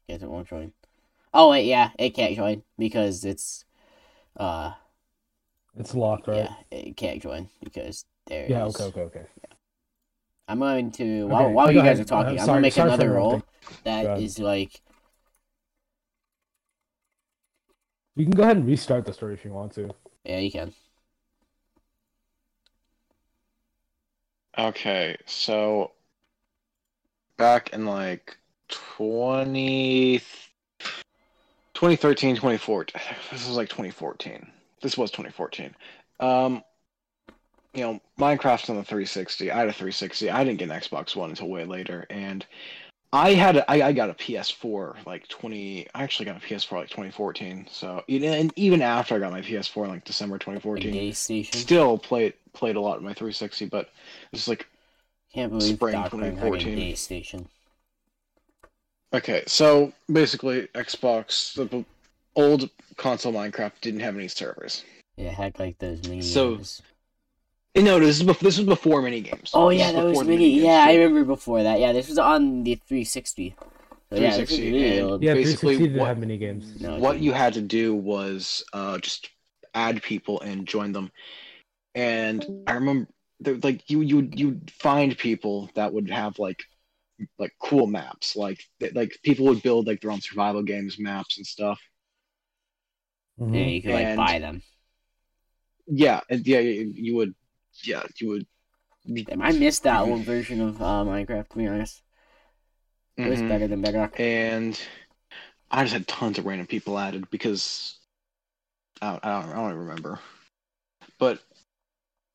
Guess it won't join. Oh wait, yeah, it can't join because it's Uh,
It's locked, right?
yeah, you can't join because there
Yeah,
is-
okay, okay, okay.
I'm going to while
Okay,
while
go
you guys
ahead.
are talking,
Uh,
I'm
sorry-
gonna make
sorry for
another roll
interrupting. Go
that
ahead.
is like
You can go ahead and restart the story if you want to.
yeah, you can.
Okay, so back in like 20, 2013, 2014. This was like 2014. This was 2014. Um, you know, Minecraft's on the 360. I had a 360. I didn't get an Xbox One until way later. And I had a, I, I got a PS4 like 20. I actually got a PS4 like 2014. So, you know, and even after I got my PS4 in like December
A
2014,
gay station.
still played played a lot in my 360, but it's like
Can't believe
spring
Doc Brown had a
2014.
gay station.
Okay, so basically, Xbox, the b- old console Minecraft didn't have any servers.
It had like those mini.
So-
games.
And Eh, no, this is bef- this was before mini games.
oh yeah, that was mini. Yeah, I remember before that. Yeah, this was on the 360. So, yeah, this was
360
really
and-
old.
Yeah,
Basically,
360 didn't
what-
have mini games.
No, it
what
didn't.
you had to do was uh, just add people and join them. And I remember, there- like you you you'd find people that would have like like cool maps, like th- like people would build like their own survival games maps and stuff.
Yeah,
Mhm.
you could like
And-
buy them.
Yeah, and yeah, you you would, yeah, you would.
Damn, I missed that old version of uh, Minecraft. To be honest, it was
Mhm.
better than Bedrock.
and I just had tons of random people added because I don't, I don't, I don't remember. But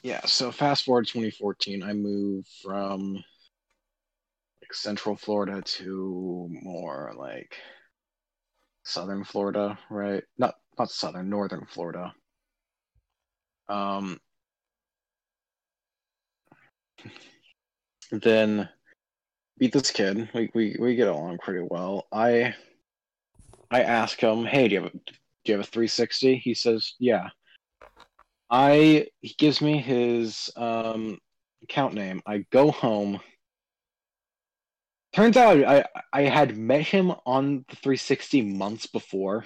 yeah, so fast forward to 2014, I moved from like Central Florida to more like Southern Florida, right? Not not Southern, Northern Florida. Um, then meet this kid. We, we we get along pretty well. I I ask him, "Hey, do you have a, do you have a 360?" He says, "Yeah." I he gives me his um account name. I go home. Turns out I I had met him on the 360 months before.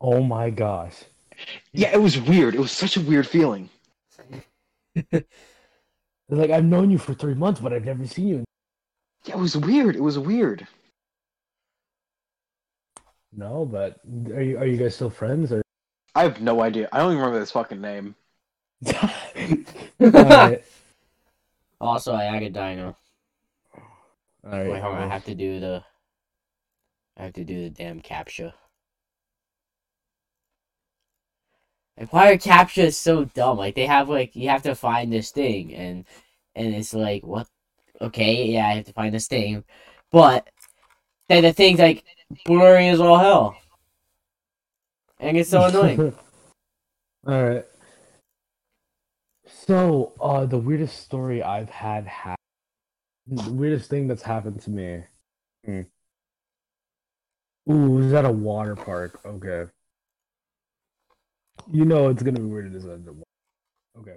Oh my gosh.
Yeah, it was weird. It was such a weird feeling.
They're like, I've known you for three months, but I've never seen you.
Yeah, it was weird. It was weird.
No, but are you are you guys still friends or?
I have no idea. I don't even remember his fucking name.
Alright.
Also, I added Dino.
Alright.
Wait, hold on. I have to do the. I have to do the damn captcha. Like, why are captcha is so dumb? Like, they have like you have to find this thing, and and it's like what? Okay, yeah, I have to find this thing, but then the thing's like blurry as all hell, and it's so annoying.
All right. So, uh, the weirdest story I've had ha- the weirdest thing that's happened to me. Hmm. Ooh, it was at a water park. Okay. You know it's gonna be weird. It is at the water. Okay.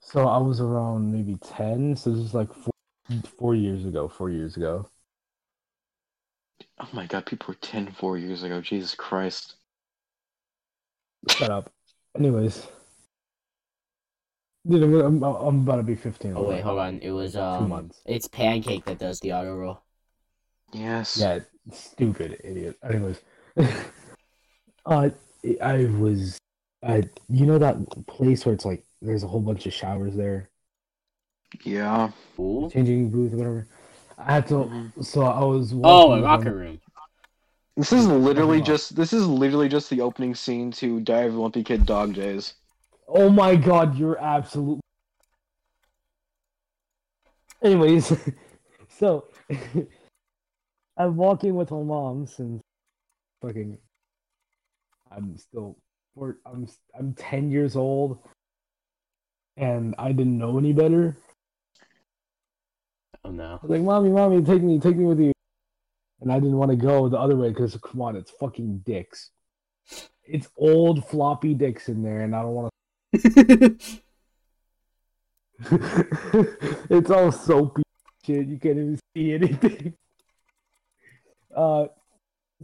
So I was around maybe ten. So this is like four, four years ago. Four years ago.
Oh my god, people were 10 four years ago. Jesus Christ.
Shut up. Anyways. Dude, I'm, I'm, I'm about to be fifteen.
Oh wait, hold on. It was
Two
um,
months.
it's pancake that does the auto roll.
Yes.
Yeah, stupid idiot. Anyways, uh, I was, I you know that place where it's like there's a whole bunch of showers there,
Yeah.
Ooh.
changing booth, whatever. I had to, so I was.
Oh,
walking
a
down-
rocker room.
This is literally
Hold on.
just this is literally just the opening scene to Die of a Lumpy Kid Dog Days.
Oh my god, you're absolute. Anyways, so I'm walking with my mom since fucking. I'm still, four- I'm I'm ten years old, and I didn't know any better.
Oh no.
I was like, "Mommy, mommy, take me, take me with you," and I didn't want to go the other way because come on, it's fucking dicks. It's old floppy dicks in there, and I don't want to. it's all soapy shit. You can't even see anything. Uh,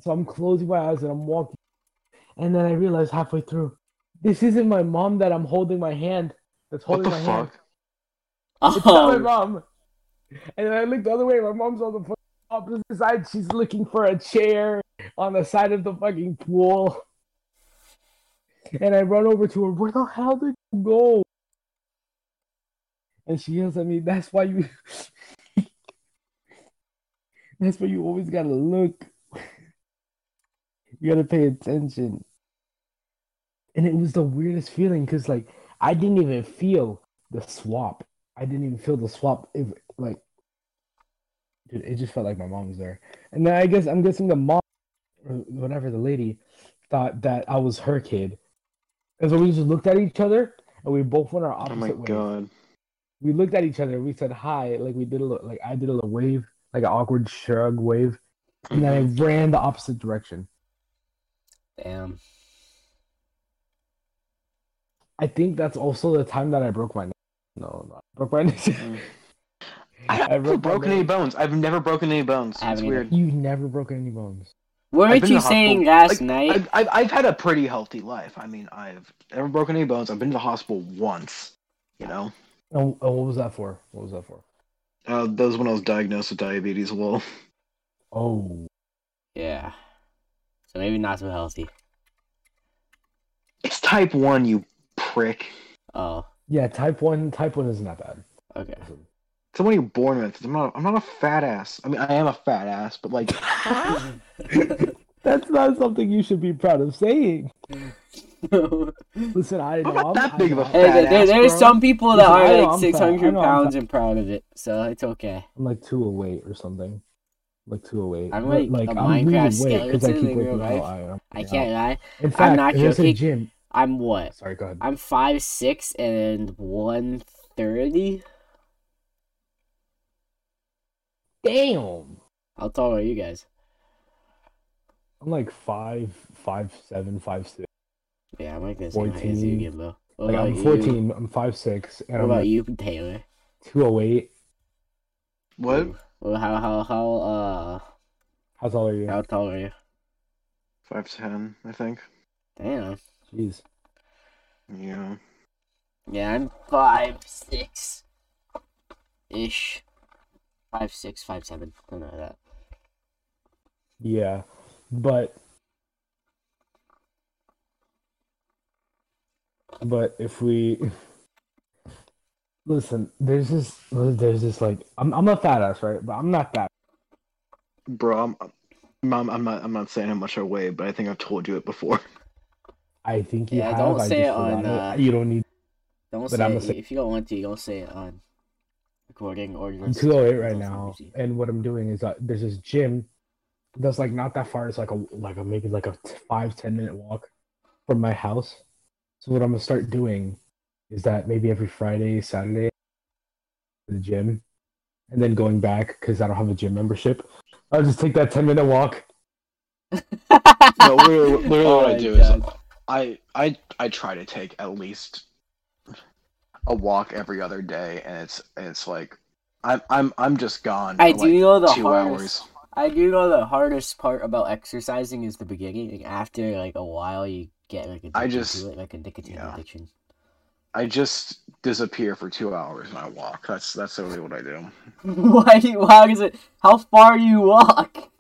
so I'm closing my eyes and I'm walking, And then I realized halfway through, this isn't my mom that I'm holding my hand. That's
What
holding
the
my hand.
fuck?
It's not my
Oh,
mom. And then I look the other way. My mom's on the fucking opposite side. She's looking for a chair on the side of the fucking pool. And I run over to her. Where the hell did you go? And she yells at me. That's why you. That's why you always gotta look. You gotta pay attention. And it was the weirdest feeling because, like, I didn't even feel the swap. I didn't even feel the swap. If like, dude, it just felt like my mom was there. And then I guess I'm guessing the mom, or whatever the lady, thought that I was her kid, and so we just looked at each other and we both went our
Oh
opposite
my
ways.
god.
We looked at each other. We said hi, like we did a little, like I did a little wave, like an awkward shrug wave, and then I ran the opposite direction.
damn.
I think that's also the time that I broke my neck. No, no, I broke my neck.
Mm. I
I
haven't
broke my
broken any
leg.
bones. I've never broken any
I
bones. It's
haven't either.
weird.
You've never broken any bones.
I've
Weren't
been to
you
the hospital-
saying last
like,
night?
I've, I've, I've had a pretty healthy life. I mean, I've never broken any bones. I've been to the hospital once. You know,
And, and Oh, what was that for? What was that for?
uh, that was when I was diagnosed with diabetes. Well,
Oh,
Yeah. So maybe not so healthy.
it's type one, you prick.
Oh,
yeah. Type one. Type one isn't that bad.
okay.
It's the one you're born with. I'm not. I'm not a fat ass. I mean, I am a fat ass, but like,
That's not something you should be proud of saying.
No.
Listen, I know
I'm not that
I
big of a
know-
fat
Hey, there,
ass,
there's
bro.
some people that
Listen, I
are
know
like
I'm fat. I
600
know I'm
pounds and proud of it, so it's okay.
I'm like two oh eight or something. Like two oh eight.
I'm
But,
like a
I'm
Minecraft
weird weight 'cause I
skeleton
keep
in real
working out.
life.
I, I'm
I
working
can't
out.
lie.
In fact,
not
there's a
joking.
gym.
I'm what?
Sorry, go ahead.
I'm five six and 130?
Damn.
How tall are you guys?
I'm like five, five, seven, five, six.
Yeah, I'm like this. Fourteen. High as you
14.
get, bro. What
Like
about
I'm
you?
14. I'm five six, and
What
I'm
about
like
you, Taylor?
two oh eight.
what?
Well, how how how uh
How tall are you?
how tall are you?
Five ten, I think.
Damn.
Jeez.
Yeah.
Yeah, I'm five six ish. Five six, five seven, something like that.
Yeah, but but if we listen, there's this there's this like I'm I'm a fat ass, right? But I'm not fat.
Bro, I'm, I'm, I'm not. I'm not saying how much I weigh, but I think I've told you it before.
I think you
Yeah,
have.
don't
I
say
just
it on,
forgot
uh,
it. You don't need.
Don't
But
say
I'ma
it,
say-
if you don't want to, you don't say it on recording or
I'm 208 right now, and what I'm doing is uh, there's this gym that's like not that far. It's like a like a maybe like a t- five ten minute walk from my house. So what I'm gonna start doing is that maybe every Friday, Saturday, to the gym, and then going back because I don't have a gym membership. I'll just take that ten minute walk.
No, literally, literally
Oh
what I
my
do is
God.
I I I try to take at least a walk every other day, and it's it's like I'm I'm I'm just gone.
I
for
do know the
like two
hardest.
hours.
I do know the hardest part about exercising is the beginning. Like after like a while, you get like addicted
I just-
to it, like a nicotine
yeah.
addiction.
I just disappear for two hours and I walk. That's that's really what I do.
Why? do you- How is it? How far do you walk?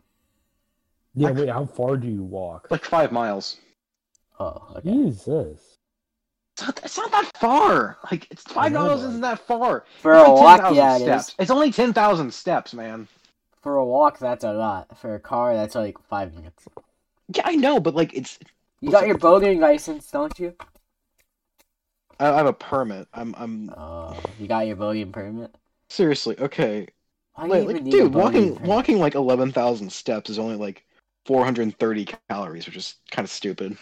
Yeah, wait, how far do you walk?
Like five miles.
Oh, okay.
Jesus.
It's not, it's not that far. Like it's
I
five
know,
miles
dog.
isn't that far.
For
It's
a
like
walk,
10,000
yeah, it
steps.
is.
It's only ten thousand steps, man.
For a walk, that's a lot. For a car, that's like five minutes.
Yeah, I know, but like it's.
You got your boating license, don't you?
I I have a permit. I'm. I'm
Oh, you got your boating permit.
seriously okay.
Why do
Wait,
you even
like,
need a
dude,
boating
walking
permit?
walking like eleven thousand steps is only like four hundred thirty calories, which is kind of stupid.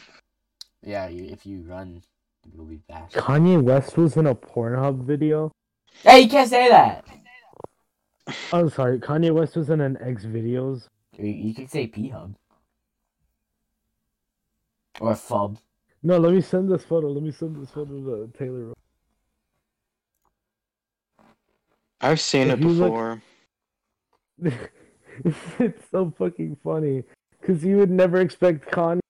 Yeah, you, if you run, you'll be fast.
Kanye West was in a Pornhub video.
Hey, you can't say that.
I'm sorry, Kanye West was in an X videos.
You, you can say P hub or fub.
No, let me send this photo. Let me send this photo to Taylor.
I've seen
If
it
you look-
before.
it's so fucking funny because you would never expect Kanye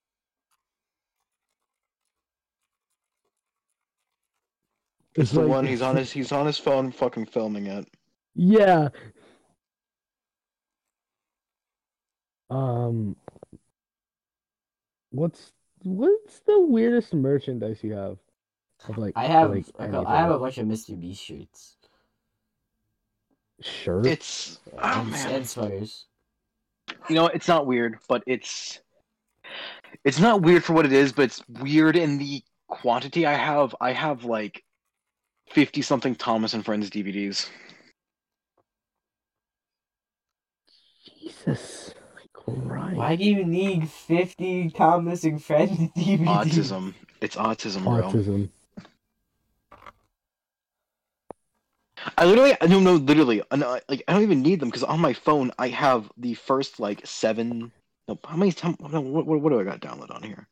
It's the
like-
one he's on his he's on his phone fucking filming it.
Yeah. Um, what's what's the weirdest merchandise you have? Of like,
I have
like
a cou- I
anything?
have a bunch of Mr. Beast shirts
shirt.
It's oh
and,
man.
and sweaters.
You know, it's not weird, but it's it's not weird for what it is, but it's weird in the quantity I have. I have like fifty something Thomas and Friends DVDs.
Jesus Christ!
Why do you need fifty Thomas and Friends DVDs?
Autism. It's autism, bro.
Autism.
I literally, I don't know, literally, I know- like I don't even need them because on my phone I have the first like seven. No, how many? Time, no, what, what, what do I got download on here?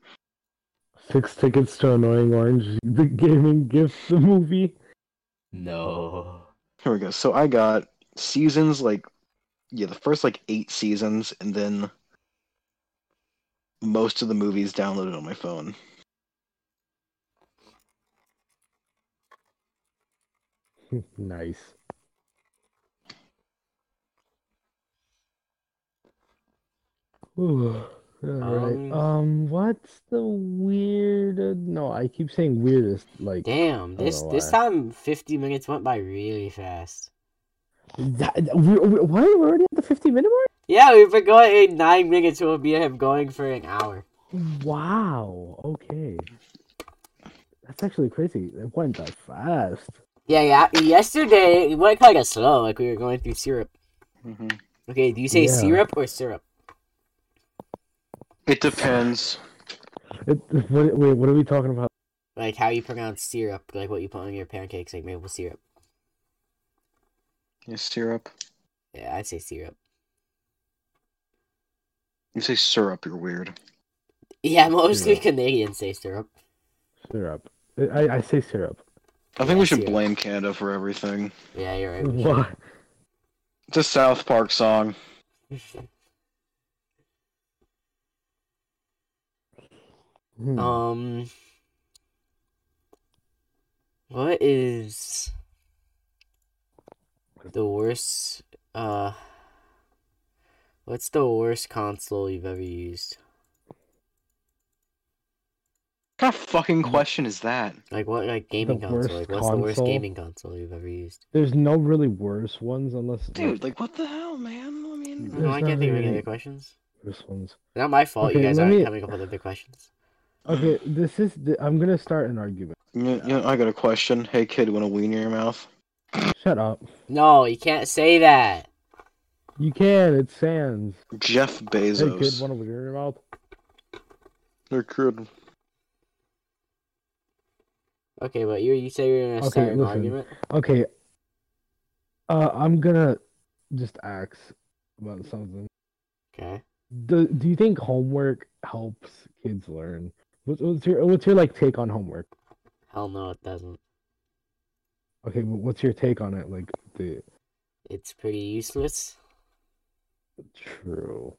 Six tickets to Annoying Orange, the gaming gift, the movie.
No.
Here we go. So I got seasons like yeah, the first like eight seasons, and then most of the movies downloaded on my phone.
nice. Ooh, all right.
Um,
Um, what's the weirdest? No, I keep saying weirdest. Like
Damn,
don't
this
know
this
why.
time fifty minutes went by really fast.
that, we, we, what? We're already at the fifty minute mark.
Yeah, we've been going in nine minutes. We'll be have going for an hour.
Wow. Okay. That's actually crazy. It went that fast.
Yeah, yeah. Yesterday it went kind of slow, like we were going through syrup.
Mm-hmm.
Okay, do you say
Yeah.
syrup or syrup?
It depends.
It, what, wait, what are we talking about?
Like how you pronounce syrup, like what you put on your pancakes, like maple syrup.
You syrup.
Yeah, I'd say syrup.
You say syrup. You're weird.
Yeah, mostly
Syrup.
Canadians say syrup.
Syrup. I, I say syrup.
I think we should
Syrup.
blame Canada for everything.
Yeah, you're right. we should.
What?
It's a South Park song.
Hmm.
Um, what is the worst? Uh, what's the worst console you've ever used?
What kind of fucking question is that?
Like what? Like gaming
worst
console? Like what's the worst
console?
gaming console you've ever used?
There's no really worse ones unless
Dude, like what the hell, man? I mean,
No, I can't
There's not
think of any
really-
other questions.
worse ones.
Not my fault. you
Okay,
guys
let
aren't
me-
coming up with other questions.
Okay, this is. The, I'm gonna start an argument.
you, you know, I got a question. Hey, kid, want a wiener in your mouth?
Shut up.
No, you can't say that.
You can. It's Sans.
Jeff
Hey,
Bezos.
kid, one over your mouth.
They're crude.
Okay, but you you say you're gonna
Okay,
start an
listen.
argument.
Okay. Uh, I'm gonna just ask about something.
Okay.
Do, do you think homework helps kids learn? What's, what's your What's your like take on homework?
Hell no, it doesn't.
Okay, but what's your take on it? Like the
It's pretty useless.
true.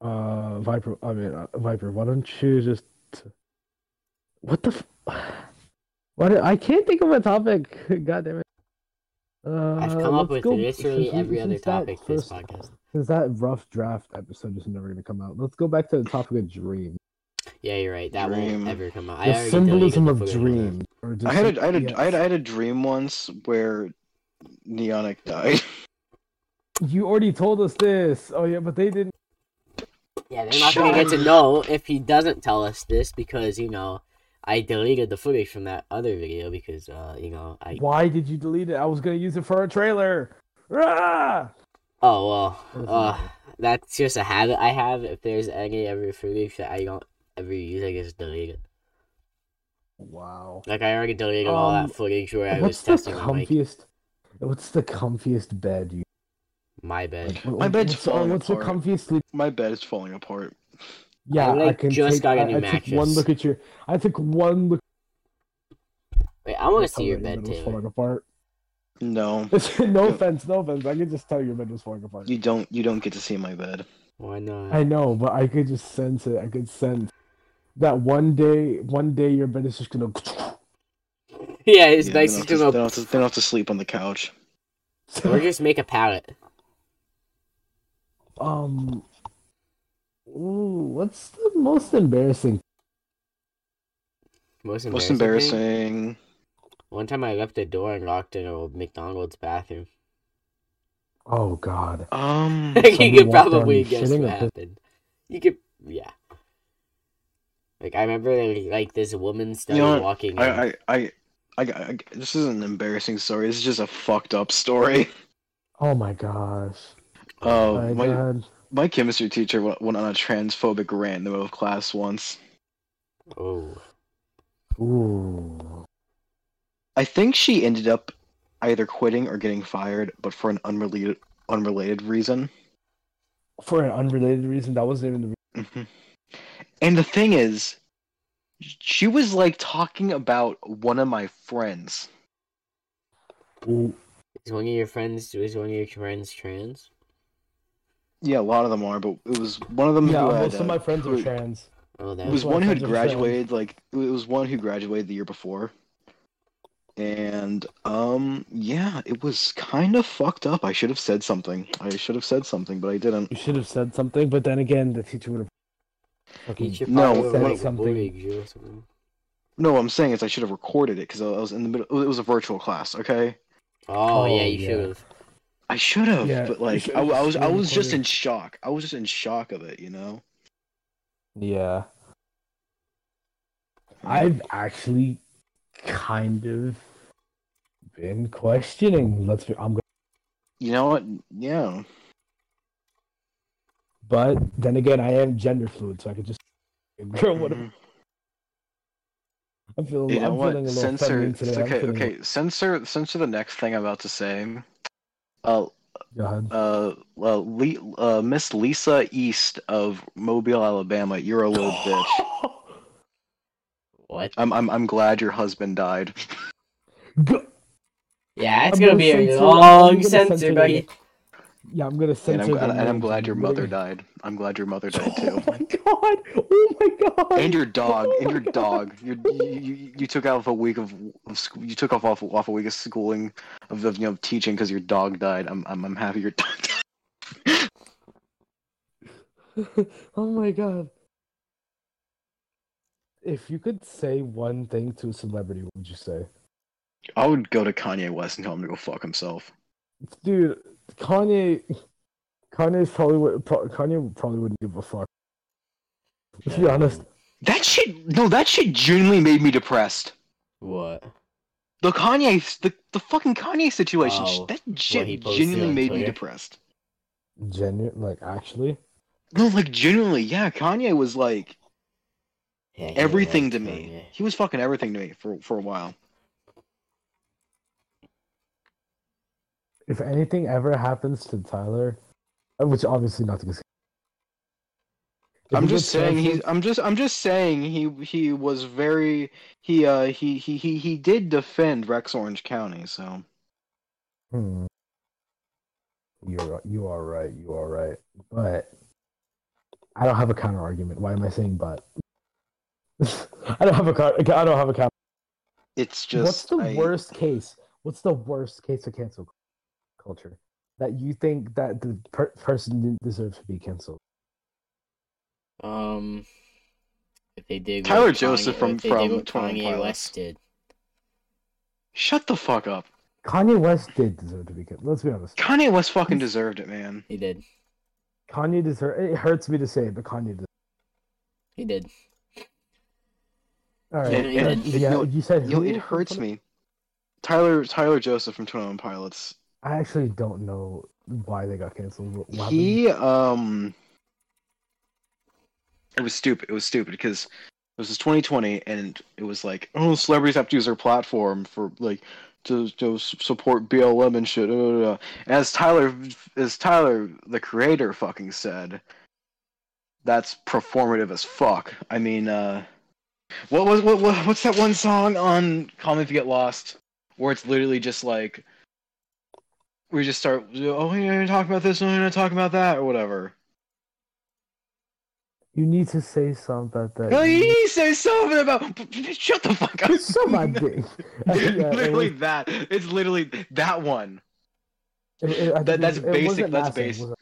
Uh, Viper. I mean, uh, Viper. Why don't you just? What the? F- what? I can't think of a topic. God damn it. Uh,
I've come up
let's
with
go-
literally
since we-
every other
since that
topic this
first-
podcast.
Since that rough draft episode is never going to come out, let's go back to the topic of dream.
Yeah, you're right. That
Dream.
won't ever come out. I
The
already
symbolism
deleted
of
Pokemon.
dream. Or just
I had
like-
a, I had a,
yes.
I had, I had a dream once where Neonic died.
You already told us this. Oh yeah, but they didn't.
Yeah, they're not gonna get to know if he doesn't tell us this because you know I deleted the footage from that other video because uh you know I
Why did you delete it? I was going to use it for a trailer. Ah!
oh well
That's
uh
annoying.
that's just a habit I have. If there's any ever footage that I don't ever use, I just delete it.
Wow.
Like I already deleted all
Um,
that footage where I was
What's the
testing on like
comfiest? What's the comfiest bed? You,
my bed.
like, what-
My bed's
what's, the-
falling
What's
apart.
the comfiest sleep?
My bed is falling apart.
Yeah, I,
like,
can
just
take,
got a
I,
new
I took one
mattress.
look at your. I took one look.
Wait, I want
at
to see your bed,
It was
Taylor.
falling apart.
No,
no offense, no offense. I could just tell your bed was falling apart.
you don't. You don't get to see my bed.
Why not?
I know, but I could just sense it. I could sense. that one day, one day your bed is just gonna.
Yeah, it's
Yeah,
nice to
they don't have to- they
go.
don't have to- they don't have to sleep on the couch.
Or just make a palette.
um. Ooh, what's the most embarrassing?
Most embarrassing.
Most
thing?
embarrassing.
One time I left the door and locked in a McDonald's bathroom.
Oh God.
Um,
you
Someone
could
walked
probably
down
guess
shitting
what
at this-
happened. You could, yeah. Like I remember, like this woman started
know what?
walking. in.
I, I, I, I, I, this isn't an embarrassing story. This is just a fucked up story.
Oh my gosh.
Oh,
my
my,
God.
my chemistry teacher went went on a transphobic rant in the middle of class once.
oh,
Ooh.
I think she ended up either quitting or getting fired, but for an unrelated unrelated reason.
For an unrelated reason, that wasn't even the.
Mhm. And the thing is, she was like talking about one of my friends.
Ooh.
is one of your friends? Is one of your friends trans?
Yeah, a lot of them are, but it was one of them
Yeah,
who had
most
uh,
of my friends are
who-
trans.
Oh,
It
that
was
why
one who
friends
had
are friends.
graduated like it was one who graduated the year before. And um yeah, it was kind of fucked up. I should have said something. I should have said something, but I didn't.
You should have said something, but then again, the teacher would have.
You should
No,
probably,
said
like,
something.
bullied you or something.
No, what I'm saying is I should have recorded it cuz I was in the middle it was a virtual class, okay?
Oh,
Oh,
yeah, you
yeah.
should have.
I should have,
Yeah,
but
you
like
should
I,
have
I was I was just
recorded.
in shock. I was just in shock of it, you know.
Yeah. I've actually kind of been questioning. Let's be, I'm go-
You know what? Yeah.
but then again, I am gender fluid, so I could just girl. What
Mhm.
I'm feeling,
You know
I'm
what?
feeling a little
Censor.
feminine today. I'm
Okay,
feeling-
okay. Censor. Censor the next thing I'm about to say. Uh,
Go ahead.
uh, uh, Le- uh, Miss Lisa East of Mobile, Alabama. You're a little bitch.
What?
I'm, I'm, I'm glad your husband died.
Go-
Yeah, it's
I'm
gonna
gonna
be a
censor- I'm
long
gonna
censor,
censor
buddy.
Yeah, I'm gonna
And
censor.
I'm, glad,
their
and I'm
names.
glad your
I'm gonna-
mother died. I'm glad your mother died too.
Oh my god! Oh my god!
And your dog.
Oh
And your
my God.
dog. Your, you, you, you took off a week of, of school. You took off off, off a week of schooling, of, of you know teaching because your dog died. I'm, I'm, I'm happy your dog. died.
oh my god. If you could say one thing to a celebrity, what would you say?
I would go to Kanye West and tell him to go fuck himself.
Dude, Kanye Kanye's probably would pro- Kanye probably wouldn't give a fuck. To be honest.
That shit. No, that shit genuinely made me depressed.
What?
The Kanye, the, the fucking Kanye situation,
Oh,
that
what he
shit
posted
genuinely
on
made me
Twitter?
depressed.
Genuine like actually.
No, like genuinely, yeah. Kanye was like
Yeah, you
everything
like
to me.
Kanye.
He was fucking everything to me for for a while.
If anything ever happens to Tyler, uh, which obviously nothing is If
I'm
he
just
gets
saying he's.
canceled-
I'm just. I'm just saying he. He was very. He. Uh. He. He. He. He did defend Rex Orange County. So
Hmm. You're you are right, you are right. But I don't have a counter argument. Why am I saying but? I don't have a counter I don't have a counter
it's just.
What's the
I-
worst case? What's the worst case of cancel culture that you think that the per- person didn't deserve to be canceled?
Um, if they did.
Tyler
what
Joseph
Kanye,
from-
if they did
from
what
Twin
Kanye
Pilots.
West did.
Shut the fuck up.
Kanye West did deserve to be canceled. Let's be honest.
Kanye West fucking deserved it, man.
He did.
Kanye deserve. It hurts me to say it, but Kanye did.
He did.
All right.
Yeah, yeah,
uh,
it-
it-
yeah,
no,
you said
You know,
who?
it hurts me. Tyler. Tyler Joseph from Twin Island Pilots.
I actually don't know why they got canceled. What, what happened?
He um it was stupid. It was stupid because this is 2020 and it was like, oh, celebrities have to use their platform for like to, to s- support BLM and shit. da, da, da, da. As Tyler as Tyler the creator fucking said, that's performative as fuck. I mean, uh what was what, what what's that one song on Come If You Get Lost where it's literally just like we just start oh you're gonna talk about this oh you're gonna talk about that or whatever
You need to say something about that.
No,
You need-
you say something about. p- p- Shut the fuck up.
Somebody. Yeah, it
literally
was-
that. It's literally that one.
it- it- I
That-
think it
that's
was- it
basic,
wasn't
that's
Lassen,
basic.
was it?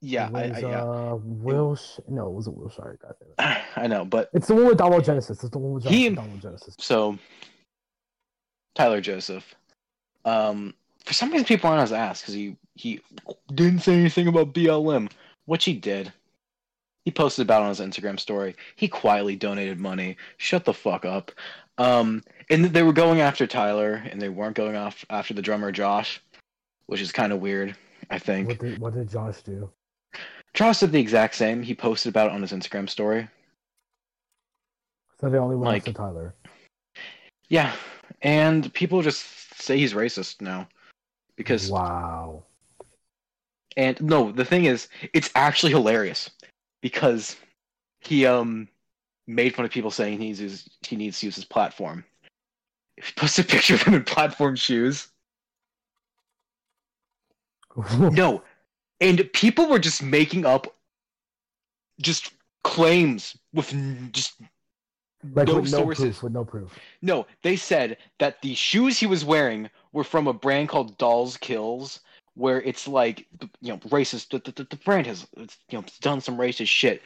Yeah,
It
I,
was,
I, yeah.
uh, Will. Sh- no, it wasn't Will Shire. God damn it.
I know, but
It's the one with Donald Genesis. It's the one with
He-
Jonathan Donald Genesis.
so Tyler Joseph. Um, for some reason, people aren't as asked because he he didn't say anything about BLM, which he did. He posted about it on his Instagram story. He quietly donated money. Shut the fuck up. Um, and they were going after Tyler, and they weren't going off after the drummer Josh, which is kind of weird. I think.
What did, what did Josh do?
Charles did the exact same. He posted about it on his Instagram story.
So they only went
Like-
after Tyler.
Yeah, and people just say he's racist now because
wow.
and no, the thing is, it's actually hilarious because he um made fun of people saying he needs his, he needs to use his platform. He posted a picture of him in platform shoes. No, and people were just making up just claims with n- just
like
no
with no
sources.
proof. With no proof.
No, they said that the shoes he was wearing were from a brand called Dolls Kills, where it's like you know racist. The, the, the brand has it's, you know done some racist shit.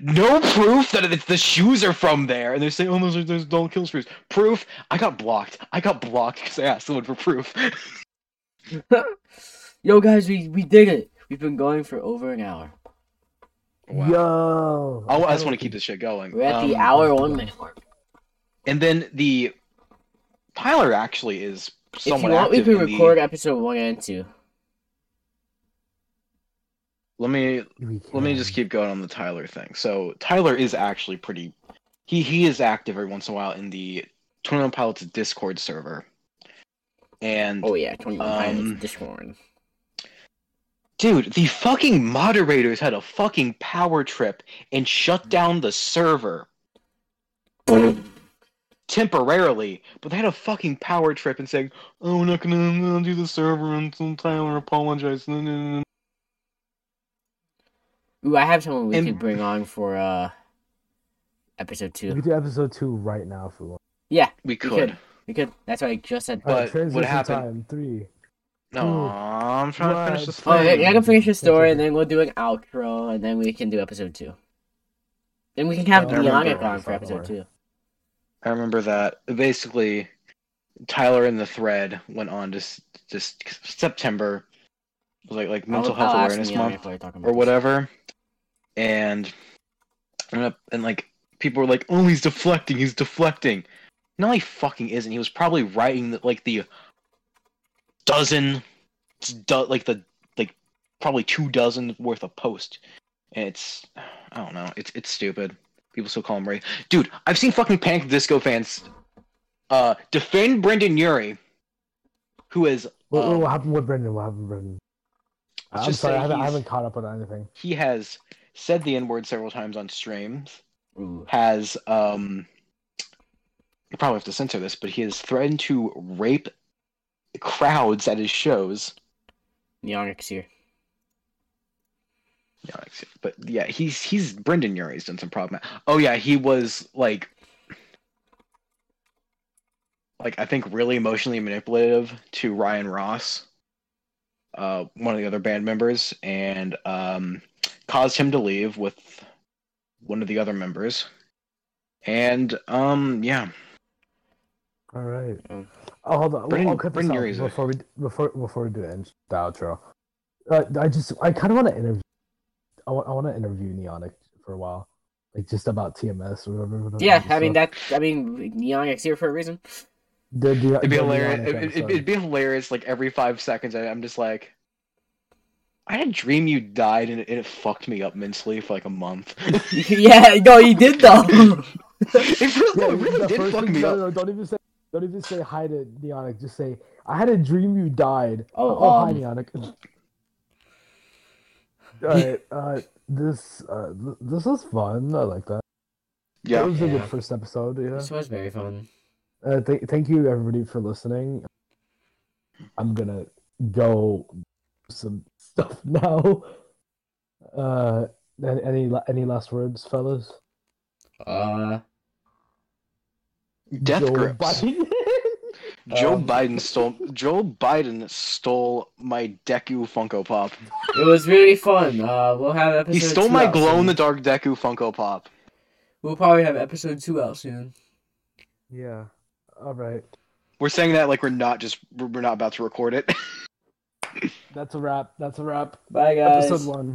No proof that it's the shoes are from there, and they're saying, "Oh, those are those Doll Kills shoes." Proof? I got blocked. I got blocked because I asked someone for proof.
Yo, guys, we, we did it. We've been going for over an hour.
Yo.
Oh, I, I just want to keep this shit going.
We're at the
Um,
hour one minute mark.
And then the Tyler actually is
If you
somewhat
want, we
active
can
in the-
record episode one and two.
Let me
We
let me just
can.
keep going on the Tyler thing. So Tyler is actually pretty he he is active every once in a while in the Twenty One Pilots Discord server. And
Oh yeah, twenty one
Um,
pilots Discord.
dude, the fucking moderators had a fucking power trip and shut down the server temporarily, but they had a fucking power trip and saying, "Oh, we're not gonna, I'm gonna do the server until Tyler apologizes." No, no, no, no.
Ooh, I have someone we
And-
could bring on for uh episode
We
two.
could do episode two right now if we want.
Yeah,
We
could.
could.
we could. That's what I just said.
But
Alright,
what
transition
happened-
Time, three.
No, I'm trying to finish this.
What?
Oh, yeah,
thing.
yeah, I can finish the story, and then we'll do an outro, and then we can do episode two. Then we can have
Oh,
I remember
Bionic
what
on
it's
for
all
episode
for.
two.
I remember that. Basically, Tyler in the thread went on to s- just September, was like
Oh,
like mental health awareness month or whatever, and and, up- and like people were like, "Oh, he's deflecting. He's deflecting." No, he fucking isn't. He was probably writing the, like the dozen, do, like the like probably two dozen worth of post. And it's I don't know. It's it's stupid. People still call him Ray. Dude, I've seen fucking Panic at the Disco fans uh defend Brendan Urie, who is
What, what-
um,
what happened with Brendan? What happened with Brendan?
Let's
I'm
just
sorry,
say
I haven't, I
he's-
haven't caught up on anything.
he has said the N word several times on streams.
Ooh.
has um you probably have to censor this, but he has threatened to rape crowds at his shows.
Neonix here.
Yeah, like- but yeah, he's he's Brendan Urie's done some problem. Oh yeah, he was like like I think really emotionally manipulative to Ryan Ross, uh one of the other band members, and um caused him to leave with one of the other members. And um yeah.
All right.
Mm.
Oh, hold on.
Brendan-
I'll cut this
Brendan
out
Urie's a-
before we before before we do the, in- the outro. Uh, I just I kind of want to interview. I want I want to interview Neonic for a while, like just about TMS or whatever. whatever
Yeah,
just
I mean
stuff.
that. I mean Neonix here for a reason.
The- the-
It'd be
the
hilarious.
Neonic
It, it,
episode.
it'd be hilarious. Like every five seconds, I, I'm just like, I had a dream you died, and it, and it fucked me up mentally for like a month.
yeah, no, you did though.
it really, no, it
the
really did
first
fuck
thing-
me
no,
up.
no, don't even say don't even say hi to Neonic. Just say I had a dream you died.
Oh,
hi
um.
Neonic. Alright, uh, this uh, th- this was fun. I like that. That
Yeah,
was a
Yeah.
good first episode. Yeah.
this was very fun.
Uh, th- thank you everybody for listening. I'm gonna go do some stuff now. Uh, Any any la- any last words, fellas?
Uh,
Death
Joe
grips.
Biden.
Joe
Um,
Biden stole. Joe Biden stole my Deku Funko Pop.
it was really fun. Uh, we'll have episode.
He stole
two
my
out
glow in the
soon.
dark Deku Funko Pop.
We'll probably have episode two out soon.
yeah. All right.
We're saying that like we're not just we're not about to record it.
That's a wrap. That's a wrap.
Bye guys.
Episode one.